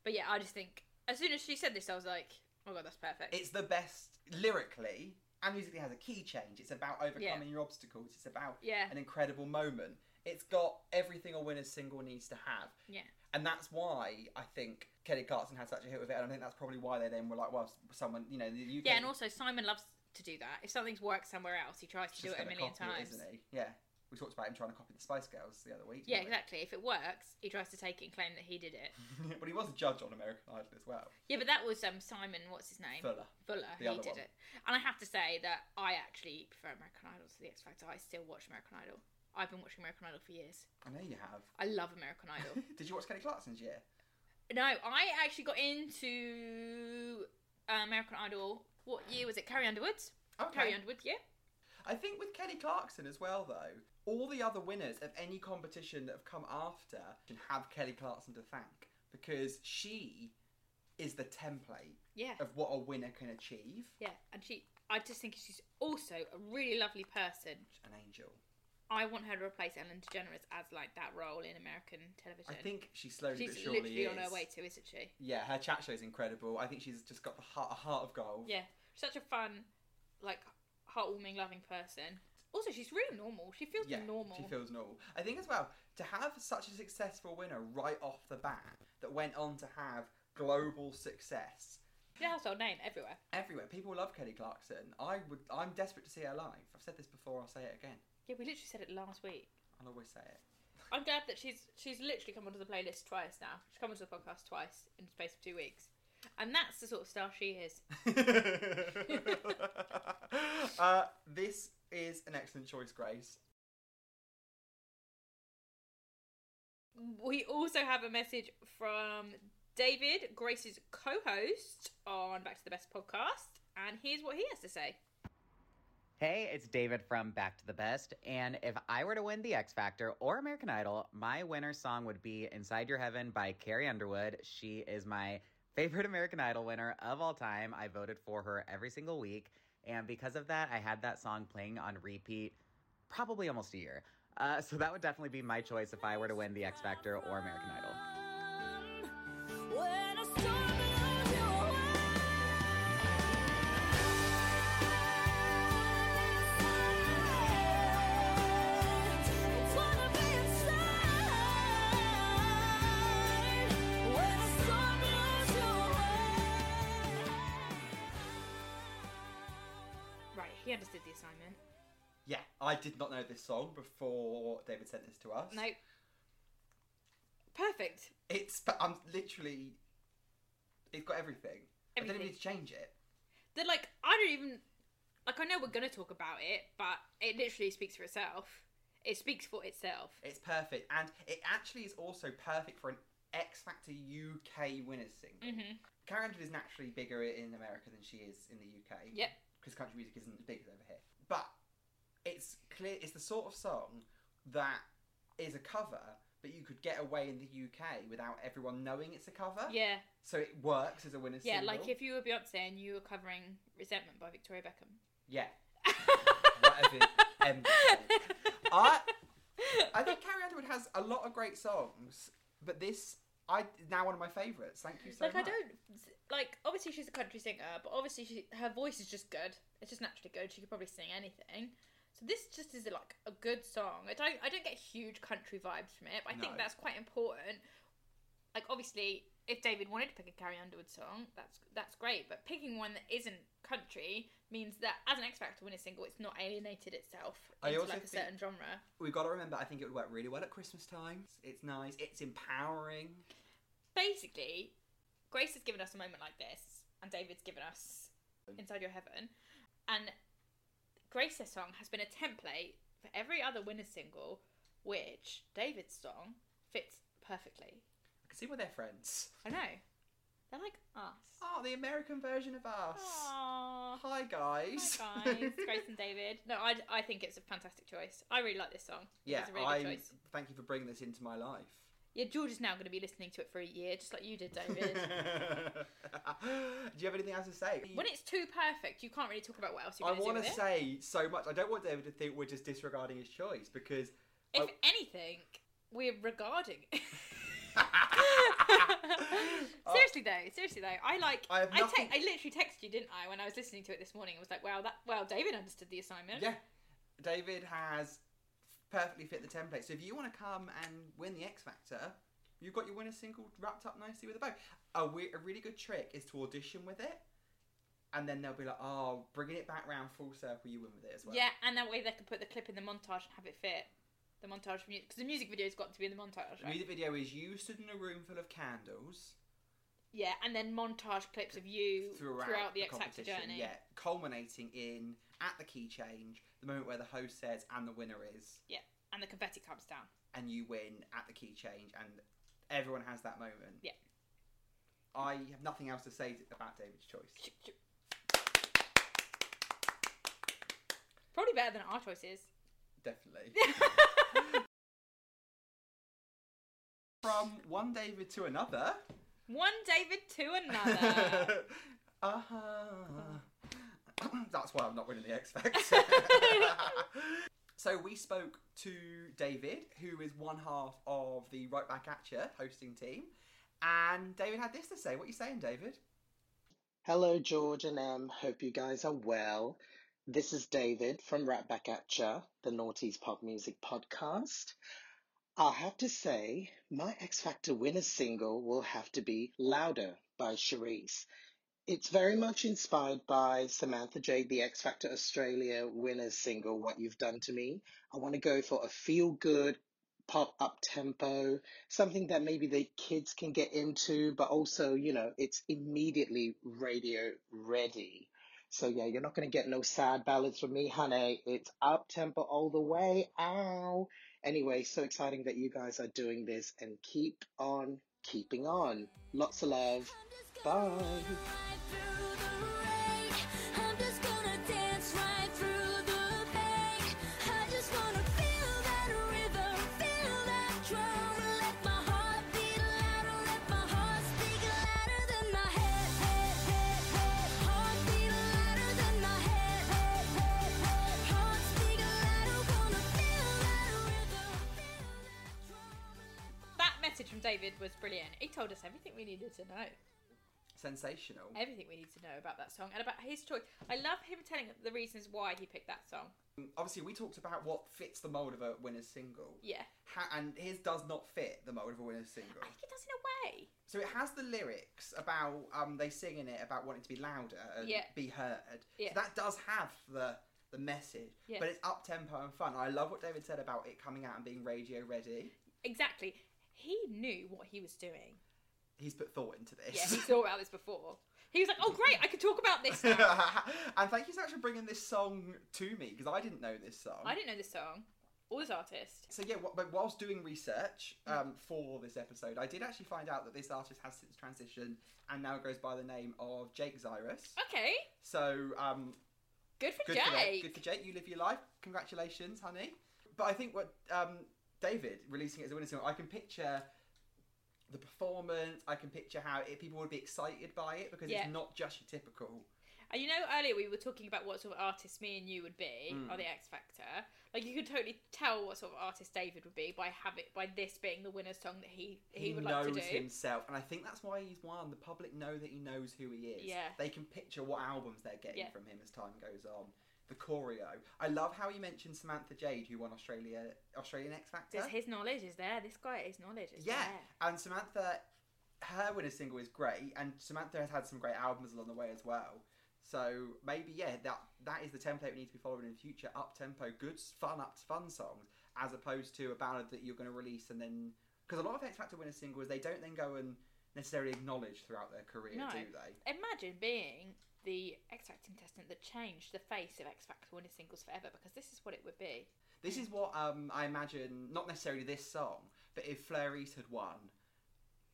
S1: But yeah, I just think as soon as she said this, I was like, "Oh my god, that's perfect."
S2: It's the best lyrically and musically. Has a key change. It's about overcoming your obstacles. It's about
S1: Yeah.
S2: an incredible moment. It's got everything a winner's single needs to have.
S1: yeah,
S2: And that's why I think Kelly Clarkson had such a hit with it, and I think that's probably why they then were like, well, someone, you know, the UK.
S1: yeah, and also Simon loves to do that. If something's worked somewhere else, he tries to
S2: just
S1: do it a
S2: gonna
S1: million
S2: copy it,
S1: times.
S2: isn't he? Yeah, we talked about him trying to copy the Spice Girls the other week.
S1: Yeah,
S2: didn't
S1: exactly. If it works, he tries to take it and claim that he did it.
S2: we? but he was a judge on American Idol as well.
S1: Yeah, but that was um Simon. What's his name?
S2: Fuller.
S1: Fuller.
S2: The
S1: he
S2: other
S1: did
S2: one.
S1: it. And I have to say that I actually prefer American Idol to The X Factor. I still watch American Idol. I've been watching American Idol for years.
S2: I know you have.
S1: I love American Idol.
S2: Did you watch Kelly Clarkson's year?
S1: No, I actually got into uh, American Idol. What year was it? Carrie Underwood's. Carrie Underwood, yeah.
S2: I think with Kelly Clarkson as well, though, all the other winners of any competition that have come after can have Kelly Clarkson to thank because she is the template
S1: Yeah.
S2: of what a winner can achieve.
S1: Yeah, and she. I just think she's also a really lovely person.
S2: An angel.
S1: I want her to replace Ellen DeGeneres as like that role in American television.
S2: I think she slowly
S1: she's
S2: but surely
S1: literally
S2: is.
S1: on her way to, isn't she?
S2: Yeah, her chat show is incredible. I think she's just got the heart, a heart of gold.
S1: Yeah, she's such a fun, like heartwarming, loving person. Also, she's really normal. She feels
S2: Yeah,
S1: normal.
S2: She feels normal. I think as well to have such a successful winner right off the bat that went on to have global success
S1: She's a household name everywhere.
S2: everywhere. People love Kelly Clarkson. I would. I'm desperate to see her live. I've said this before. I'll say it again.
S1: Yeah, we literally said it last week.
S2: I'll always say it.
S1: I'm glad that she's she's literally come onto the playlist twice now. She's come onto the podcast twice in the space of two weeks, and that's the sort of star she is.
S2: uh, this is an excellent choice, Grace.
S1: We also have a message from David, Grace's co-host on Back to the Best podcast, and here's what he has to say.
S9: Hey, it's David from Back to the Best. And if I were to win the X Factor or American Idol, my winner song would be Inside Your Heaven by Carrie Underwood. She is my favorite American Idol winner of all time. I voted for her every single week. And because of that, I had that song playing on repeat probably almost a year. Uh, so that would definitely be my choice if I were to win the X Factor or American Idol.
S6: When a storm blows you away.
S1: never did the assignment.
S2: Yeah, I did not know this song before David sent this to us.
S1: No. Perfect.
S2: It's but I'm literally it's got everything. I don't
S1: Everything.
S2: even need to change it.
S1: They're like, I don't even. Like, I know we're going to talk about it, but it literally speaks for itself. It speaks for itself.
S2: It's perfect. And it actually is also perfect for an X Factor UK winners single.
S1: Mm-hmm.
S2: Carrie Underwood is naturally bigger in America than she is in the UK.
S1: Yep.
S2: Because country music isn't as big as over here. But it's clear it's the sort of song that is a cover, but you could get away in the UK without everyone knowing it's a cover.
S1: Yeah.
S2: So it works as a winner
S1: Yeah,
S2: single.
S1: like if you were Beyonce and you were covering Resentment by Victoria Beckham.
S2: Yeah. Whatever. Um, I I think Carrie Underwood has a lot of great songs, but this I now one of my favourites. Thank you so
S1: like I
S2: much.
S1: don't like. Obviously, she's a country singer, but obviously, she, her voice is just good. It's just naturally good. She could probably sing anything. So this just is like a good song. I don't. I don't get huge country vibes from it, but I
S2: No.
S1: think that's quite important. Like obviously, if David wanted to pick a Carrie Underwood song, that's that's great. But picking one that isn't country means that as an X Factor winner single, it's not alienated itself
S2: I
S1: into
S2: also
S1: like a
S2: think-
S1: certain genre.
S2: We've got to remember. I think it would work really well at Christmas time. It's nice. It's empowering.
S1: basically, Grace has given us a moment like this, and David's given us Inside Your Heaven. And Grace's song has been a template for every other winner single, which David's song fits perfectly.
S2: I can see where they're friends.
S1: I know. They're like us.
S2: Oh, the American version of us.
S1: Aww.
S2: Hi guys.
S1: Hi guys, Grace and David. No, I, I think it's a fantastic choice. I really like this song.
S2: yeah,
S1: it's a really
S2: I'm.
S1: good choice.
S2: Thank you for bringing this into my life.
S1: Yeah, George is now going to be listening to it for a year, just like you did,
S2: Do
S1: David.
S2: you have anything else to say?
S1: when it's too perfect, you can't really talk about what else you're
S2: I
S1: going to do
S2: want
S1: with
S2: to
S1: it.
S2: say so much. I don't want David to think we're just disregarding his choice because
S1: If
S2: Oh.
S1: anything, we're regarding.
S2: Oh.
S1: seriously though, seriously though, I like.
S2: I have
S1: I, te-
S2: nothing-
S1: I literally texted you, didn't I, when I was listening to it this morning? I was like, "Wow, that well, David understood the assignment."
S2: Yeah, David has perfectly fit the template. So if you want to come and win the X Factor, you've got your winner single wrapped up nicely with a bow. A, we- a really good trick is to audition with it, and then they'll be like, "Oh, bringing it back round full circle, you win with it as well."
S1: yeah, and that way they could put the clip in the montage and have it fit the montage music because the music video's got to be in the montage.
S2: The
S1: Right?
S2: music video is you stood in a room full of candles
S1: Yeah, and then montage clips of you
S2: throughout,
S1: throughout, the, X Factor
S2: competition,
S1: journey.
S2: yeah, culminating in at the key change, the moment where the host says, "And the winner is,"
S1: and the confetti comes down.
S2: and you win at the key change, and everyone has that moment.
S1: Yeah.
S2: I have nothing else to say about David's choice.
S1: Probably better than our choices.
S2: Definitely. From one David to another.
S1: One David to another.
S2: uh-huh. That's why I'm not winning the X Factor. so we spoke to David, who is one half of the Right Back At Ya hosting team. And David had this to say. What are you saying, David?
S10: Hello, George and Em. Hope you guys are well. This is David from Right Back At Ya, the Naughty's Pop Music Podcast. I have to say, my X Factor winner single will have to be Louder by Cherise. It's very much inspired by Samantha Jade, the X Factor Australia winner single, What You've Done to Me. I want to go for a feel good, pop up tempo, something that maybe the kids can get into, but also, you know, it's immediately radio ready. So yeah, you're not gonna get no sad ballads from me, honey. It's up tempo all the way. Ow. Anyway, so exciting that you guys are doing this and keep on keeping on. Lots of love. Bye.
S1: That message from David was brilliant. He told us everything we needed to know.
S2: Sensational.
S1: Everything we need to know about that song and about his choice. I love him telling the reasons why he picked that song.
S2: Obviously, we talked about what fits the mold of a winner's single.
S1: Yeah.
S2: Ha- and his does not fit the mold of a winner's single.
S1: I think he does in a way.
S2: So it has the lyrics about um they sing in it about wanting to be louder and
S1: Yeah.
S2: be heard.
S1: Yeah.
S2: So that does have the the message,
S1: Yes.
S2: but it's up tempo and fun. I love what David said about it coming out and being radio ready.
S1: Exactly. He knew what he was doing.
S2: He's put thought into
S1: Yeah,
S2: this.
S1: he thought about this before. He was like, "Oh, great! I can talk about this now."
S2: and thank you so much for bringing this song to me because I didn't know this song.
S1: I didn't know this song or this artist.
S2: So yeah, wh- but whilst doing research um, for this episode, I did actually find out that this artist has since transitioned and now goes by the name of Jake Zyrus.
S1: Okay,
S2: So um,
S1: good Oh. for
S2: good
S1: Jake.
S2: for that- good for Jake. You live your life. Congratulations, honey. But I think what um, David releasing it as a winning song, I can picture the performance. I can picture how it, people would be excited by it because
S1: Yeah.
S2: it's not just your typical.
S1: And you know, earlier we were talking about what sort of artist me and you would be
S2: Mm.
S1: on the X Factor. Like you could totally tell what sort of artist David would be by having by this being the winner song that he he,
S2: He,
S1: would
S2: knows
S1: like to do.
S2: himself, and I think that's why he's won. The public know that he knows who he is.
S1: Yeah.
S2: they can picture what albums they're getting
S1: Yeah.
S2: from him as time goes on. The choreo. I love how he mentioned Samantha Jade, who won Australia Australian X Factor.
S1: This, his knowledge is there. This guy, his knowledge is
S2: Yeah,
S1: there.
S2: and Samantha, her winner single is great, and Samantha has had some great albums along the way as well. So maybe yeah, that that is the template we need to be following in future: up tempo, good, fun, up fun songs, as opposed to a ballad that you're going to release and then because a lot of X Factor winner singles they don't then go and necessarily acknowledge throughout their career,
S1: No.
S2: do they?
S1: Imagine being the X Factor contestant that changed the face of X Factor winning singles forever because this is what it would be.
S2: This is what um, I imagine, not necessarily this song, but if Flair East had won,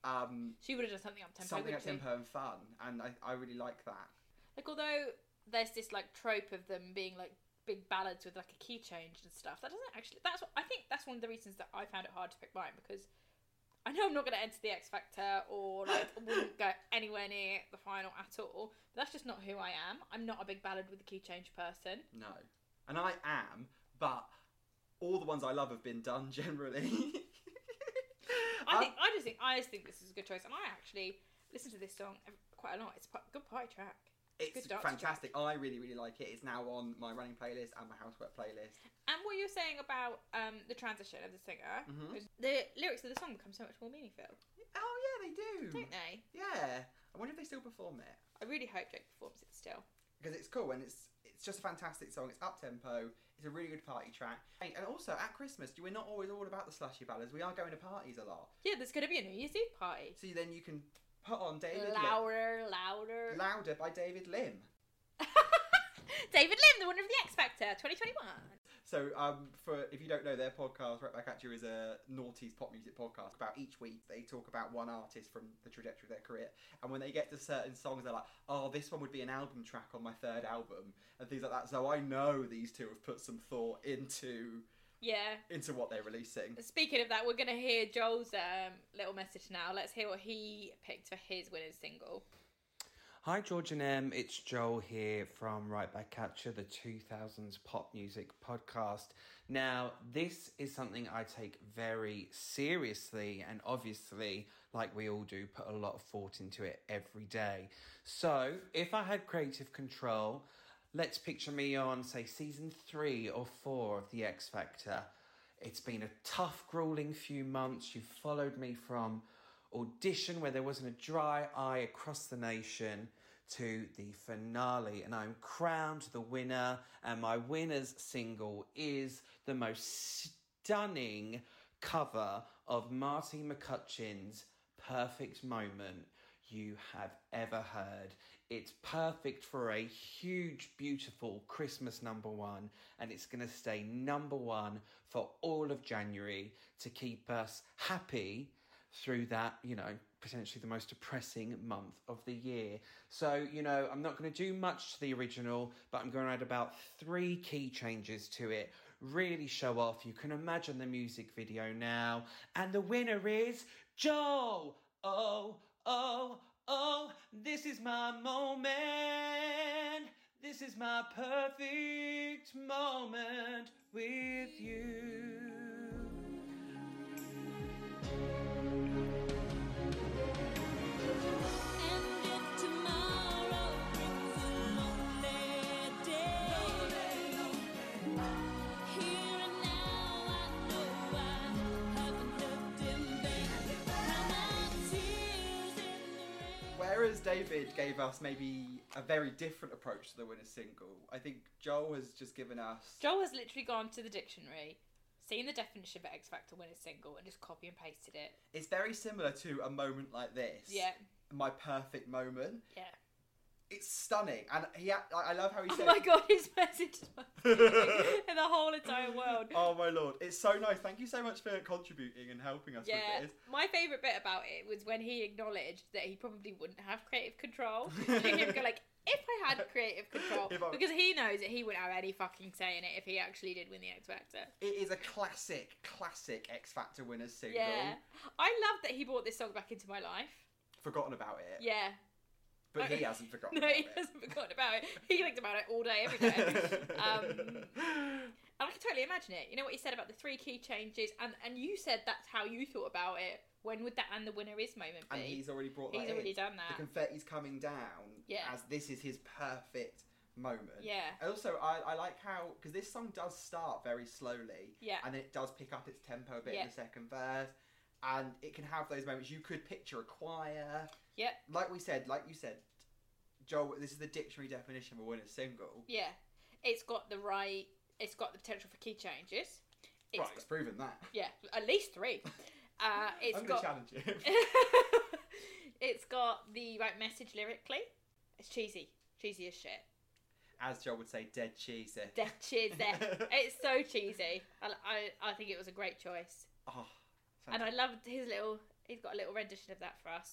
S2: um,
S1: She would have done something up tempo.
S2: something up tempo and fun, and I, I really like that.
S1: Like although there's this like trope of them being like big ballads with like a key change and stuff. That doesn't actually. That's what- I think that's one of the reasons that I found it hard to pick mine because I know I'm not going to enter the X Factor or like wouldn't go anywhere near the final at all. But that's just not who I am. I'm not a big ballad with a key change person.
S2: No. And I am, but all the ones I love have been done generally.
S1: I
S2: Um,
S1: think I just think I just think this is a good choice, and I actually listen to this song ev- quite a lot. It's quite a good party track.
S2: it's
S1: good dance
S2: fantastic. I really, really like it. It's now on my running playlist and my housework playlist.
S1: And what you're saying about um, the transition of the singer,
S2: Mhm.
S1: is the lyrics of the song become so much more meaningful,
S2: Oh, yeah, they do.
S1: don't they?
S2: Yeah. I wonder if they still perform it.
S1: I really hope Jake performs it still.
S2: Because it's cool and it's it's just a fantastic song. It's up tempo. It's a really good party track. And and also, at Christmas, we're not always all about the slushy ballads. We are going to parties a lot.
S1: Yeah, there's going to be a New Year's Eve party.
S2: So then you can put on David Lim-
S1: Louder, louder.
S2: Louder by David Lim.
S1: David Lim, the winner of The X Factor 2021.
S2: So, um, for if you don't know, their podcast Right Back At You is a noughties pop music podcast. About each week, they talk about one artist from the trajectory of their career, and when they get to certain songs, they're like, "Oh, this one would be an album track on my third album," and things like that. So I know these two have put some thought into
S1: Yeah.
S2: into what they're releasing.
S1: Speaking of that, we're going to hear Joel's um, little message now. Let's hear what he picked for his winning single.
S11: Hi, George and Em. It's Joel here from Right Back At You, the 2000s pop music podcast. Now, this is something I take very seriously, and obviously, like we all do, put a lot of thought into it every day. So, if I had creative control, let's picture me on, say, season three or four of The X Factor. It's been a tough, grueling few months. You've followed me from audition where there wasn't a dry eye across the nation to the finale, and I'm crowned the winner. And my winner's single is the most stunning cover of Marty McCutcheon's Perfect Moment you have ever heard. It's perfect for a huge, beautiful Christmas number one, and it's going to stay number one for all of January to keep us happy through that, you know, potentially the most depressing month of the year. So, you know, I'm not going to do much to the original, but I'm going to add about three key changes to it. Really show off. You can imagine the music video now. And the winner is Joel. Oh, oh, oh, this is my moment. This is my perfect moment with you.
S2: Whereas David gave us maybe a very different approach to the winner single. I think Joel has just given us.
S1: Joel has literally gone to the dictionary, seen the definition of X Factor winner single, and just copy and pasted it.
S2: It's very similar to a moment like this.
S1: Yeah,
S2: My perfect moment.
S1: yeah.
S2: It's stunning, and he. act- I I love how he
S1: Oh
S2: said.
S1: my god, his message is my favorite in the whole entire world.
S2: Oh my lord, it's so nice. Thank you so much for contributing and helping us
S1: yeah,
S2: with this.
S1: my favorite bit about it was when he acknowledged that he probably wouldn't have creative control. Hearing him go like, "If I had creative control,"
S2: If I-
S1: because he knows that he wouldn't have any fucking say in it if he actually did win the X Factor.
S2: It is a classic, classic X Factor winner single.
S1: Yeah, I love that he brought this song back into my life.
S2: Forgotten about it,
S1: Yeah,
S2: but he
S1: Okay.
S2: hasn't forgotten.
S1: no,
S2: about
S1: he hasn't forgotten about it. He thinks about it all day, every day. um, And I can totally imagine it. You know what you said about the three key changes, and and you said that's how you thought about it. When would that and the winner is moment be?
S2: and he's already brought that
S1: He's
S2: in.
S1: already done that.
S2: The confetti's coming down
S1: Yeah.
S2: as this is his perfect moment.
S1: Yeah.
S2: And also, I, I like how, because this song does start very slowly.
S1: Yeah.
S2: And then it does pick up its tempo a bit
S1: Yeah.
S2: in the second verse. And it can have those moments. You could picture a choir.
S1: Yep.
S2: Like we said, like you said, Joel, this is the dictionary definition of a winner single.
S1: Yeah, it's got the right. It's got the potential for key changes. It's
S2: right, it's proven that.
S1: got- yeah, at least three. Uh, it's
S2: I'm
S1: got.
S2: going to challenge it.
S1: it's got the right message lyrically. It's cheesy, cheesy as shit.
S2: As Joel would say, dead cheesy.
S1: Dead cheesy. it's so cheesy. I, I, I think it was a great choice,
S2: Oh,
S1: and I loved his little. He's got a little rendition of that for us.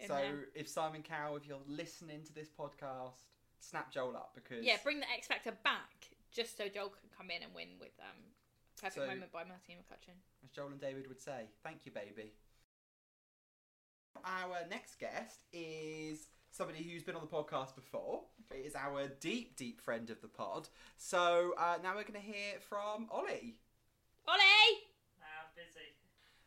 S1: in
S2: So,
S1: there.
S2: if Simon Cowell, if you're listening to this podcast, snap Joel up because
S1: yeah, bring the X Factor back just so Joel can come in and win with um, "Perfect
S2: So-
S1: Moment" by Martina McCutcheon.
S2: as Joel and David would say, thank you, baby. Our next guest is somebody who's been on the podcast before. It is our deep, deep friend of the pod. So uh, now we're going to hear from Ollie.
S1: Ollie.
S12: Nah, I'm busy.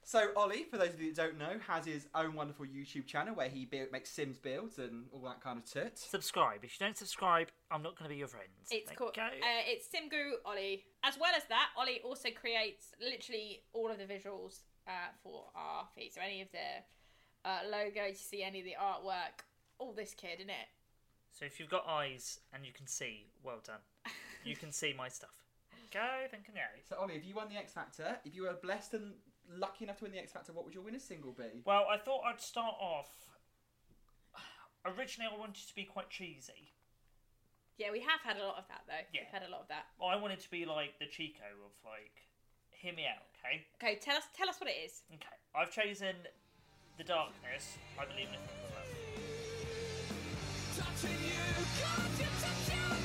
S2: So Ollie, for those of you that don't know, has his own wonderful YouTube channel where he build, makes Sims builds and all that kind of toot.
S12: Subscribe. If you don't subscribe, I'm not going to be your friend.
S1: It's
S12: There
S1: called.
S12: you go.
S1: Uh, it's Simguru Ollie. As well as that, Ollie also creates literally all of the visuals uh, for our feed. So any of the uh, logo, you see any of the artwork, all this kid in it.
S12: So if you've got eyes and you can see, well done. You can see my stuff. Go, think and Gary.
S2: So Ollie, if you won the X Factor, if you were blessed and lucky enough to win the X Factor, what would your winner single be?
S12: Well, I thought I'd start off. Originally, I wanted to be quite cheesy.
S1: Yeah, we have had a lot of that though.
S12: Yeah.
S1: We've had a lot of that.
S12: I wanted to be like the Chico of like, hear me out, okay?
S1: Okay, tell us tell us what it is.
S12: Okay. I've chosen the darkness. I believe in it.
S6: Touching you, can't you touch your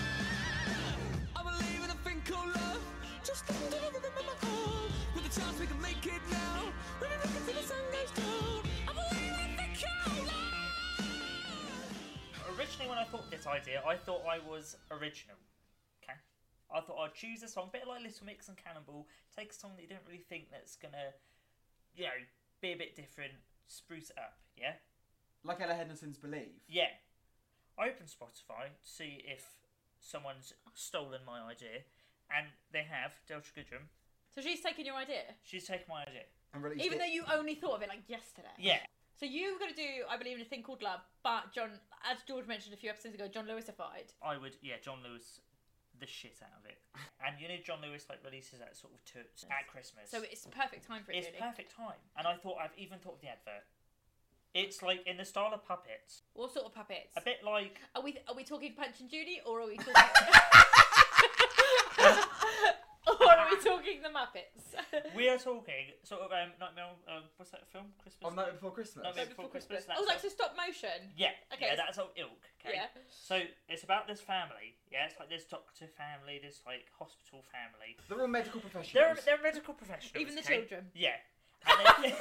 S6: mind? I believe in a thing called love. Just a little bit of my own. With a chance we can make it now. When I look into the sun goes down. I believe in a thing called love.
S12: Originally, when I thought of this idea, I thought I was original. Okay. I thought I'd choose a song, bit like Little Mix and Cannonball. Take a song that you don't really think that's gonna, you know, be a bit different. Spruce it up. Yeah.
S2: Like Ella Henderson's Believe.
S12: Yeah. I opened Spotify to see if someone's stolen my idea, and they have. Delta Goodrum.
S1: So she's taken your idea,
S12: She's taken my idea.
S2: And released
S1: even
S2: it.
S1: though you only thought of it like yesterday.
S12: Yeah.
S1: So you were gonna do, I believe, in a thing called love, but John, as George mentioned a few episodes ago, John Lewisified.
S12: I would, yeah, John Lewis the shit out of it. And you know, John Lewis like releases that sort of toots at Christmas.
S1: So it's perfect time for it.
S12: it's
S1: really.
S12: perfect time. And I thought I've even thought of the advert. It's like in the style of puppets,
S1: What sort of puppets?
S12: a bit like
S1: Are we are we talking Punch and Judy or are we talking or are we talking the Muppets?
S12: we are talking sort of um, Nightmare. on- Um, what's that film? Christmas.
S2: On Night Before Christmas.
S12: Nightmare
S1: Before
S12: Before Christmas.
S1: I
S12: that
S1: was like,
S12: sort
S1: so stop motion.
S12: of- yeah,
S1: Okay,
S12: yeah,
S1: so-
S12: that's all ilk. Okay.
S1: Yeah.
S12: So it's about this family. Yeah, it's like this doctor family, this like hospital family.
S2: They're all medical professionals.
S12: They're they're medical professionals.
S1: Even the
S12: okay?
S1: children.
S12: Yeah. And they-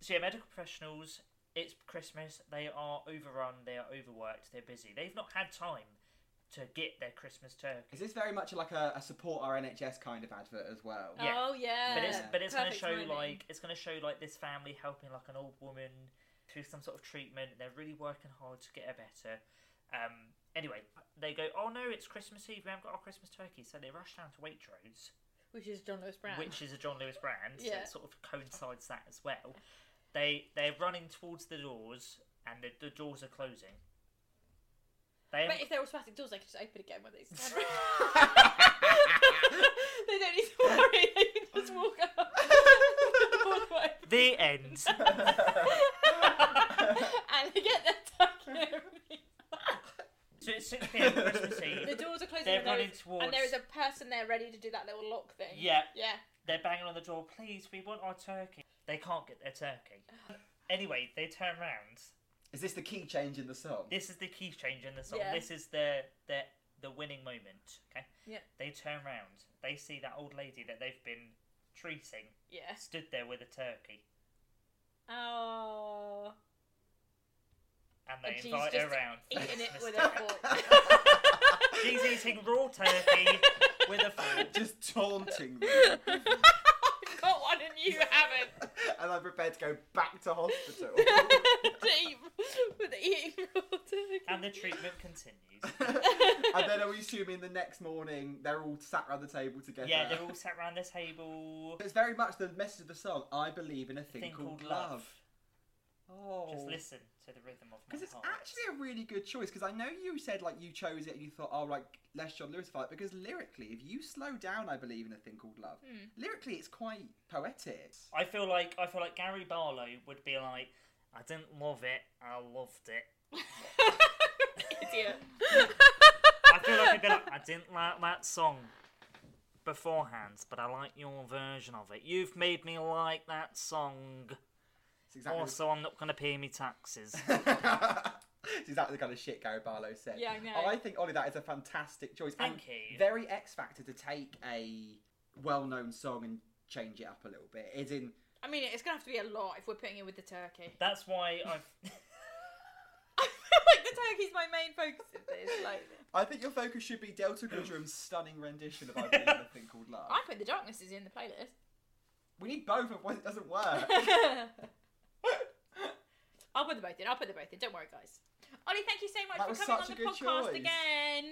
S12: so yeah, medical professionals. It's Christmas. They are overrun. They are overworked. They're busy. They've not had time to get their Christmas turkey.
S2: Is this very much like a, a support our NHS kind of advert as well?
S12: Yeah.
S1: Oh yeah.
S12: But it's but it's gonna
S1: Perfect
S12: show
S1: timing.
S12: like it's gonna show like this family helping like an old woman through some sort of treatment. They're really working hard to get her better. Um. Anyway, they go. Oh no, it's Christmas Eve. We haven't got our Christmas turkey, so they rush down to Waitrose.
S1: which is John Lewis Brown.
S12: which is a John Lewis brand, so
S1: Yeah.
S12: it sort of coincides that as well. They they're running towards the doors, and the, the doors are closing. They
S1: But if they're automatic doors, I can just open again when they stand They don't need to worry, they can just walk up.
S12: the end.
S1: and they get their tuck in.
S12: so it's six pm Christmas Eve.
S1: The doors are closing
S12: They're
S1: and, there
S12: running
S1: is,
S12: towards.
S1: and there is a person there ready to do that little lock thing.
S12: Yeah.
S1: Yeah.
S12: They're banging on the door. Please, we want our turkey. They can't get their turkey. Anyway, they turn round.
S2: Is this the key change in the song?
S12: This is the key change in the song.
S2: Yeah.
S12: This is the the the winning moment. Okay.
S1: Yeah.
S12: They turn round. They see that old lady that they've been treating.
S1: Yeah.
S12: Stood there with a turkey,
S1: Oh.
S12: and they
S1: And she's
S12: invite her
S1: just
S12: round. for
S1: eating it
S12: Christmas
S1: with
S12: dinner.
S1: a fork.
S12: She's eating raw turkey with a fork.
S2: Just taunting them,
S1: I've got one and you haven't.
S2: and I'm prepared to go back to hospital.
S1: Deep. With the eating raw turkey.
S12: And the treatment continues.
S2: and then are we assuming the next morning they're all sat around the table together?
S12: Yeah, they're all sat round the table.
S2: It's very much the message of the song. I believe in a thing, called, love. Oh.
S12: Just listen to the rhythm of my
S2: Because it's
S12: heart.
S2: actually a really good choice. Because I know you said like you chose it and you thought, oh, like less John Lewis fight. Because lyrically, if you slow down, I believe in a thing called love.
S12: Hmm.
S2: Lyrically, it's quite poetic.
S12: I feel like I feel like Gary Barlow would be like, I didn't love it, I loved it.
S1: Idiot.
S12: I feel like I'd be like, I didn't like that song beforehand, but I like your version of it. You've made me like that song.
S2: exactly-
S12: Also, I'm not going to pay me taxes.
S2: It's exactly the kind of shit Gary Barlow said.
S12: Yeah, I know.
S2: I think Ollie, that is a fantastic choice.
S12: Thank
S2: and
S12: you.
S2: Very X Factor to take a well-known song and change it up a little bit. Is in
S1: I mean, it's gonna have to be a lot if we're putting it with the turkey.
S12: That's why I've.
S1: like the turkey's my main focus of this. Like,
S2: I think your focus should be Delta Goodrum's stunning rendition of I Believe in a Thing Called Love.
S1: I put the darkness is in the playlist.
S2: We need both, otherwise it doesn't work.
S1: I'll put them both in. I'll put them both in. Don't worry, guys. Ollie, thank you so much
S2: That
S1: for
S2: was
S1: coming
S2: such
S1: on
S2: a
S1: the
S2: good
S1: podcast
S2: choice.
S1: again.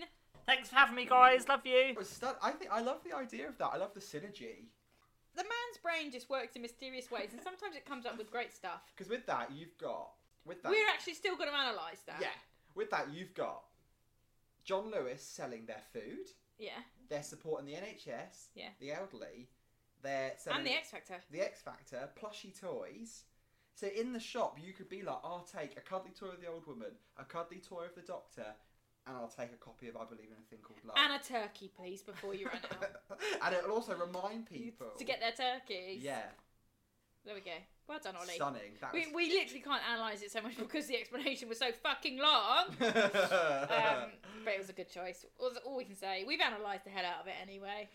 S12: Thanks for having me, guys. Love you. It
S2: was stun- I think I love the idea of that. I love the synergy.
S1: The man's brain just works in mysterious ways, and sometimes it comes up with great stuff.
S2: Because with that, you've got with that.
S1: We're actually still going to analyse that.
S2: yeah. With that, you've got John Lewis selling their food.
S1: Yeah.
S2: They're supporting the NHS.
S1: Yeah.
S2: The elderly. They're selling
S1: and the X Factor.
S2: the X Factor, plushy toys. So in the shop, you could be like, I'll take a cuddly toy of the old woman, a cuddly toy of the doctor, and I'll take a copy of I Believe in a Thing Called Love.
S1: And a turkey, please, before you run out.
S2: And it'll also remind people.
S1: to get their turkeys.
S2: Yeah.
S1: There we go. Well done, Ollie.
S2: Stunning. That
S1: we,
S2: was-
S1: we literally can't analyse it so much because the explanation was so fucking long. Um, but it was a good choice. Was all we can say. We've analysed the hell out of it anyway.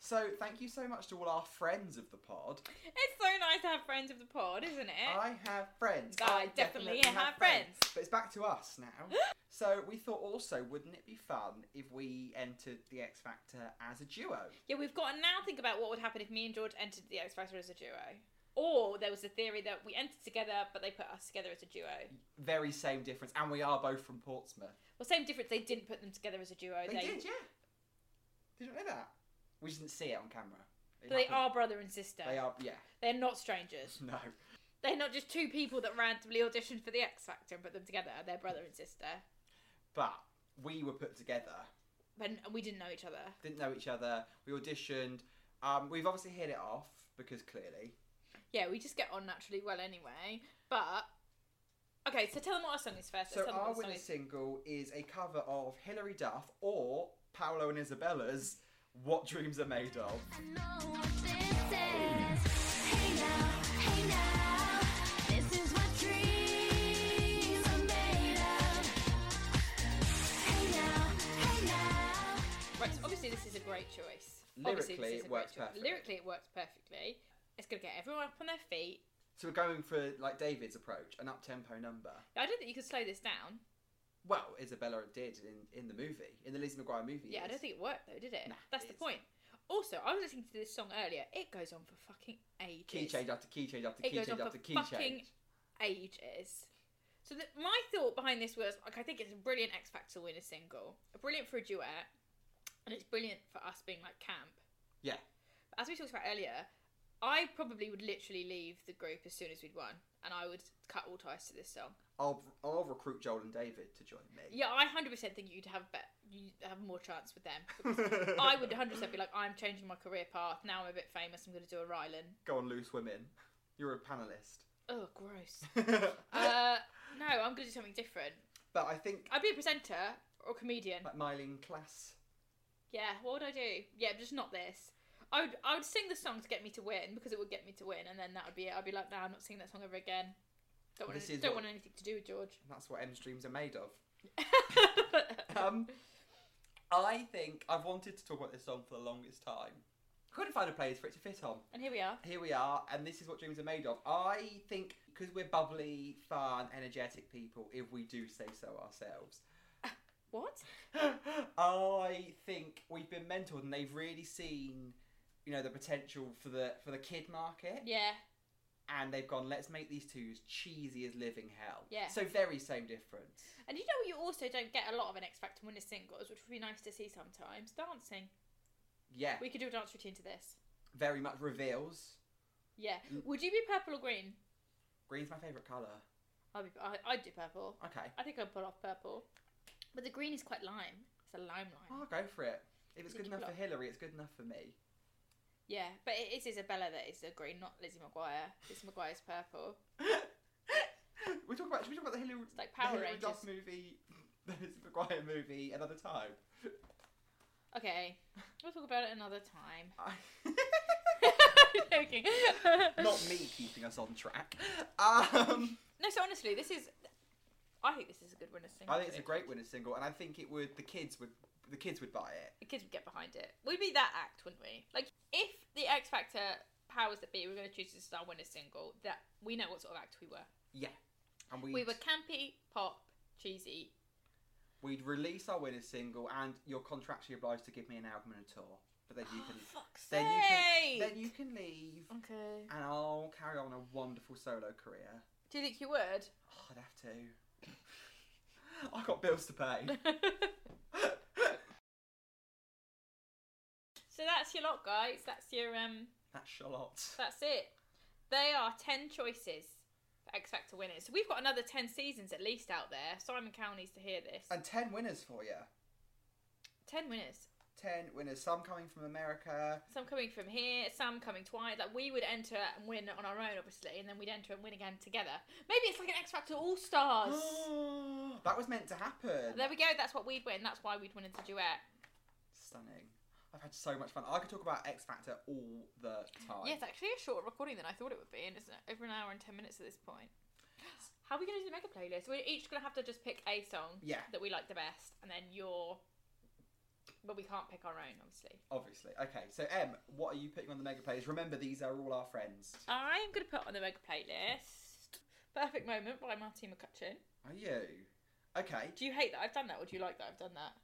S2: So thank you so much to all our friends of the pod.
S1: It's so nice to have friends of the pod, isn't it?
S2: I have friends.
S1: Eh? I definitely have friends.
S2: But it's back to us now. so we thought also, wouldn't it be fun if we entered the X Factor as a duo?
S1: Yeah, we've got to now think about what would happen if me and George entered the X Factor as a duo. Or there was a theory that we entered together, but they put us together as a duo.
S2: Very same difference, and we are both from Portsmouth.
S1: Well, same difference. They didn't put them together as a duo.
S2: They did, yeah. Did you know that? We just didn't see it on camera. It
S1: But they
S2: happened.
S1: are brother and sister.
S2: They are. Yeah.
S1: They're not strangers.
S2: No.
S1: They're not just two people that randomly auditioned for the X Factor and put them together. They're brother and sister.
S2: But we were put together.
S1: But n- we didn't know each other.
S2: Didn't know each other. We auditioned. Um, we've obviously hit it off because clearly.
S1: Yeah, we just get on naturally well anyway. But okay, so tell them what our song is first.
S2: So
S1: Let's tell them
S2: our
S1: what the song
S2: winner
S1: is.
S2: single is a cover of Hilary Duff or Paolo and Isabella's "What Dreams Are Made Of."
S1: Right, so obviously this is a great choice. Obviously,
S2: Lyrically,
S1: this is
S2: it
S1: a great
S2: works
S1: choice.
S2: perfectly.
S1: Lyrically, it works perfectly. It's gonna get everyone up on their feet.
S2: So we're going for like David's approach, an up-tempo number.
S1: I don't think you could slow this down.
S2: Well, Isabella did in, in the movie, in the Lizzie McGuire movie.
S1: Yeah, I
S2: yes.
S1: don't think it worked though, did it?
S2: Nah,
S1: That's
S2: it is.
S1: the point. Also, I was listening to this song earlier. It goes on for fucking ages.
S2: Key change after key change after
S1: it
S2: key
S1: goes
S2: change
S1: on
S2: after
S1: for
S2: key
S1: fucking
S2: change.
S1: ages. So the, my thought behind this was, like, I think it's a brilliant X Factor winner single, brilliant for a duet. and it's brilliant for us being like camp.
S2: Yeah.
S1: But as we talked about earlier, I probably would literally leave the group as soon as we'd won, and I would cut all ties to this song.
S2: I'll I'll recruit Joel and David to join me.
S1: Yeah, I hundred percent think you'd have bet you have more chance with them. because I would hundred percent be like, I'm changing my career path now. I'm a bit famous. I'm going to do a Rylan.
S2: Go on, loose women. You're a panelist.
S1: Oh, gross. uh, no, I'm going to do something different.
S2: But I think
S1: I'd be a presenter or comedian.
S2: like Mylene Class.
S1: Yeah, what would I do? Yeah, just not this. I would I would sing the song to get me to win because it would get me to win, and then that would be it. I'd be like, no, I'm not singing that song ever again. Don't want
S2: This is
S1: don't
S2: what-
S1: want anything to do with George.
S2: And that's what M's dreams are made of. um, I think I've wanted to talk about this song for the longest time. Couldn't find a place for it to fit on.
S1: And here we are.
S2: Here we are, and this is what dreams are made of. I think because we're bubbly, fun, energetic people, if we do say so ourselves,
S1: What?
S2: I think we've been mentored, and they've really seen, you know, the potential for the for the kid market.
S1: Yeah,
S2: And they've gone, let's make these two as cheesy as living hell.
S1: Yeah.
S2: So very same difference.
S1: and you know what? You also don't get a lot of an X Factor winner singles, which would be nice to see sometimes. Dancing.
S2: Yeah.
S1: We could do a dance routine to this.
S2: Very much reveals.
S1: Yeah.
S2: Mm.
S1: Would you be purple or green?
S2: Green's my favourite colour.
S1: I'd be, I, I'd do purple.
S2: Okay.
S1: I think I'd pull off purple, but the green is quite lime. It's a lime lime.
S2: I'll go for it. If it's good
S1: Think
S2: enough
S1: you've
S2: for
S1: got-
S2: Hillary, it's good enough for me.
S1: Yeah, but it is Isabella that is the green, not Lizzie McGuire. Lizzie McGuire's purple.
S2: We talk about should we talk about the Hillary it's
S1: like
S2: the
S1: Power
S2: Hillary
S1: Rangers.
S2: Duff movie, the McGuire movie another time.
S1: Okay, we'll talk about it another time.
S2: I-
S1: Joking.
S2: Not me keeping us on track. Um,
S1: No, so honestly, this is. I think this is a good winner single.
S2: I think it's a
S1: too.
S2: great winner single, and I think it would the kids would the kids would buy it.
S1: The kids would get behind it. We'd be that act, wouldn't we? Like, if the X Factor powers that be were going to choose this as our winner single, that we know what sort of act we were.
S2: Yeah, and we'd,
S1: We were campy, pop, cheesy.
S2: we'd release our winner single, and you're contractually obliged to give me an album and a tour. But then you can
S1: Oh, fuck's
S2: then you can
S1: sake!
S2: then you can leave,
S1: Okay.
S2: and I'll carry on a wonderful solo career.
S1: Do you think you would?
S2: Oh, I'd have to. I got bills to pay.
S1: So that's your lot, guys. That's your um.
S2: That's Charlotte.
S1: That's it. They are 10 choices for X Factor winners. So we've got another 10 seasons at least out there. Simon Cowell needs to hear this.
S2: And ten winners for you.
S1: 10 winners.
S2: Ten winners. Some coming from America.
S1: Some coming from here, some coming twice. Like we would enter and win on our own, obviously, and then we'd enter and win again together. Maybe it's like an X Factor All Stars.
S2: that was meant to happen.
S1: there we go. That's what we'd win. That's why we'd win as a duet.
S2: Stunning. I've had so much fun. I could talk about X Factor all the time.
S1: Yeah, it's actually a shorter recording than I thought it would be, and it's over an hour and 10 minutes at this point. How are we going to do the mega playlist? We're each going to have to just pick a song
S2: Yeah.
S1: that we like the best, and then your. But we can't pick our own, obviously.
S2: Obviously. Okay, so Em, what are you putting on the mega plays? Remember, these are all our friends.
S1: I'm going to put on the mega playlist Perfect Moment by Marty McCutcheon.
S2: Are you? Okay.
S1: Do you hate that I've done that, or do you like that I've done that?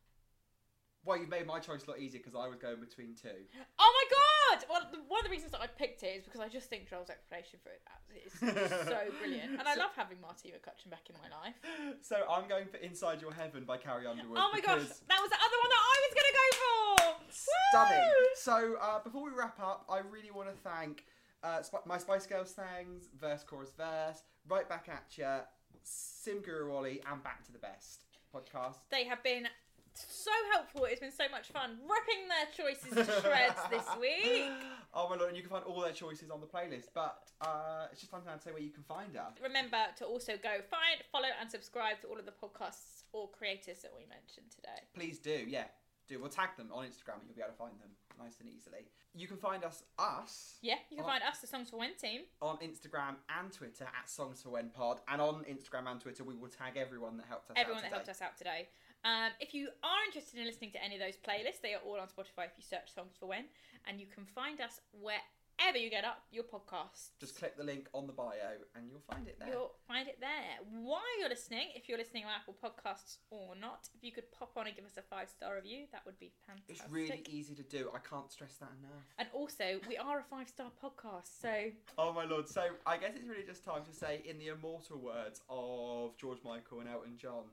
S2: Well, you've made my choice a lot easier because I was going between two.
S1: Oh my god! Well, the, one of the reasons that I picked it is because I just think Joel's explanation for it is so brilliant. And I
S2: So-
S1: love having Marty McCutcheon back in my life.
S2: So I'm going for Inside Your Heaven by Carrie Underwood.
S1: Oh my gosh,
S2: because-
S1: that was the other one that I was going to go for!
S2: stunning.
S1: Woo!
S2: So uh, before we wrap up, I really want to thank uh, Sp- my Spice Girls thangs, verse chorus verse, right back at ya, Sim Guru Ollie, and back to the best podcast.
S1: They have been so helpful. It's been so much fun ripping their choices to shreds this week.
S2: Oh my lord! And you can find all their choices on the playlist, but uh, it's just time to now say where you can find us.
S1: Remember to also go find, follow, and subscribe to all of the podcasts or creators that we mentioned today.
S2: Please do, yeah, do. We'll tag them on Instagram, and you'll be able to find them nice and easily. You can find us, us,
S1: Yeah, you can
S2: Oh.
S1: find us, the Songs for When team.
S2: on Instagram and Twitter at Songs for When Pod, and on Instagram and Twitter we will tag everyone that helped us.
S1: everyone
S2: out
S1: that helped us out today. Um, if you are interested in listening to any of those playlists, they are all on Spotify if you search Songs for When, and you can find us wherever you get up your podcast.
S2: Just click the link on the bio and you'll find it there.
S1: You'll find it there. While you're listening, if you're listening on Apple Podcasts or not, if you could pop on and give us a five star review, that would be fantastic.
S2: It's really e- easy to do. I can't stress that enough.
S1: And also, we are a five star podcast, so
S2: Oh my lord. So I guess it's really just time to say, in the immortal words of George Michael and Elton John,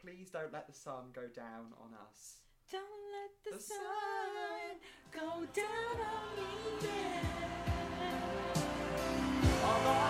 S2: please don't let the sun go down on us. Don't let the, sun, go down on me. Yeah.
S13: Although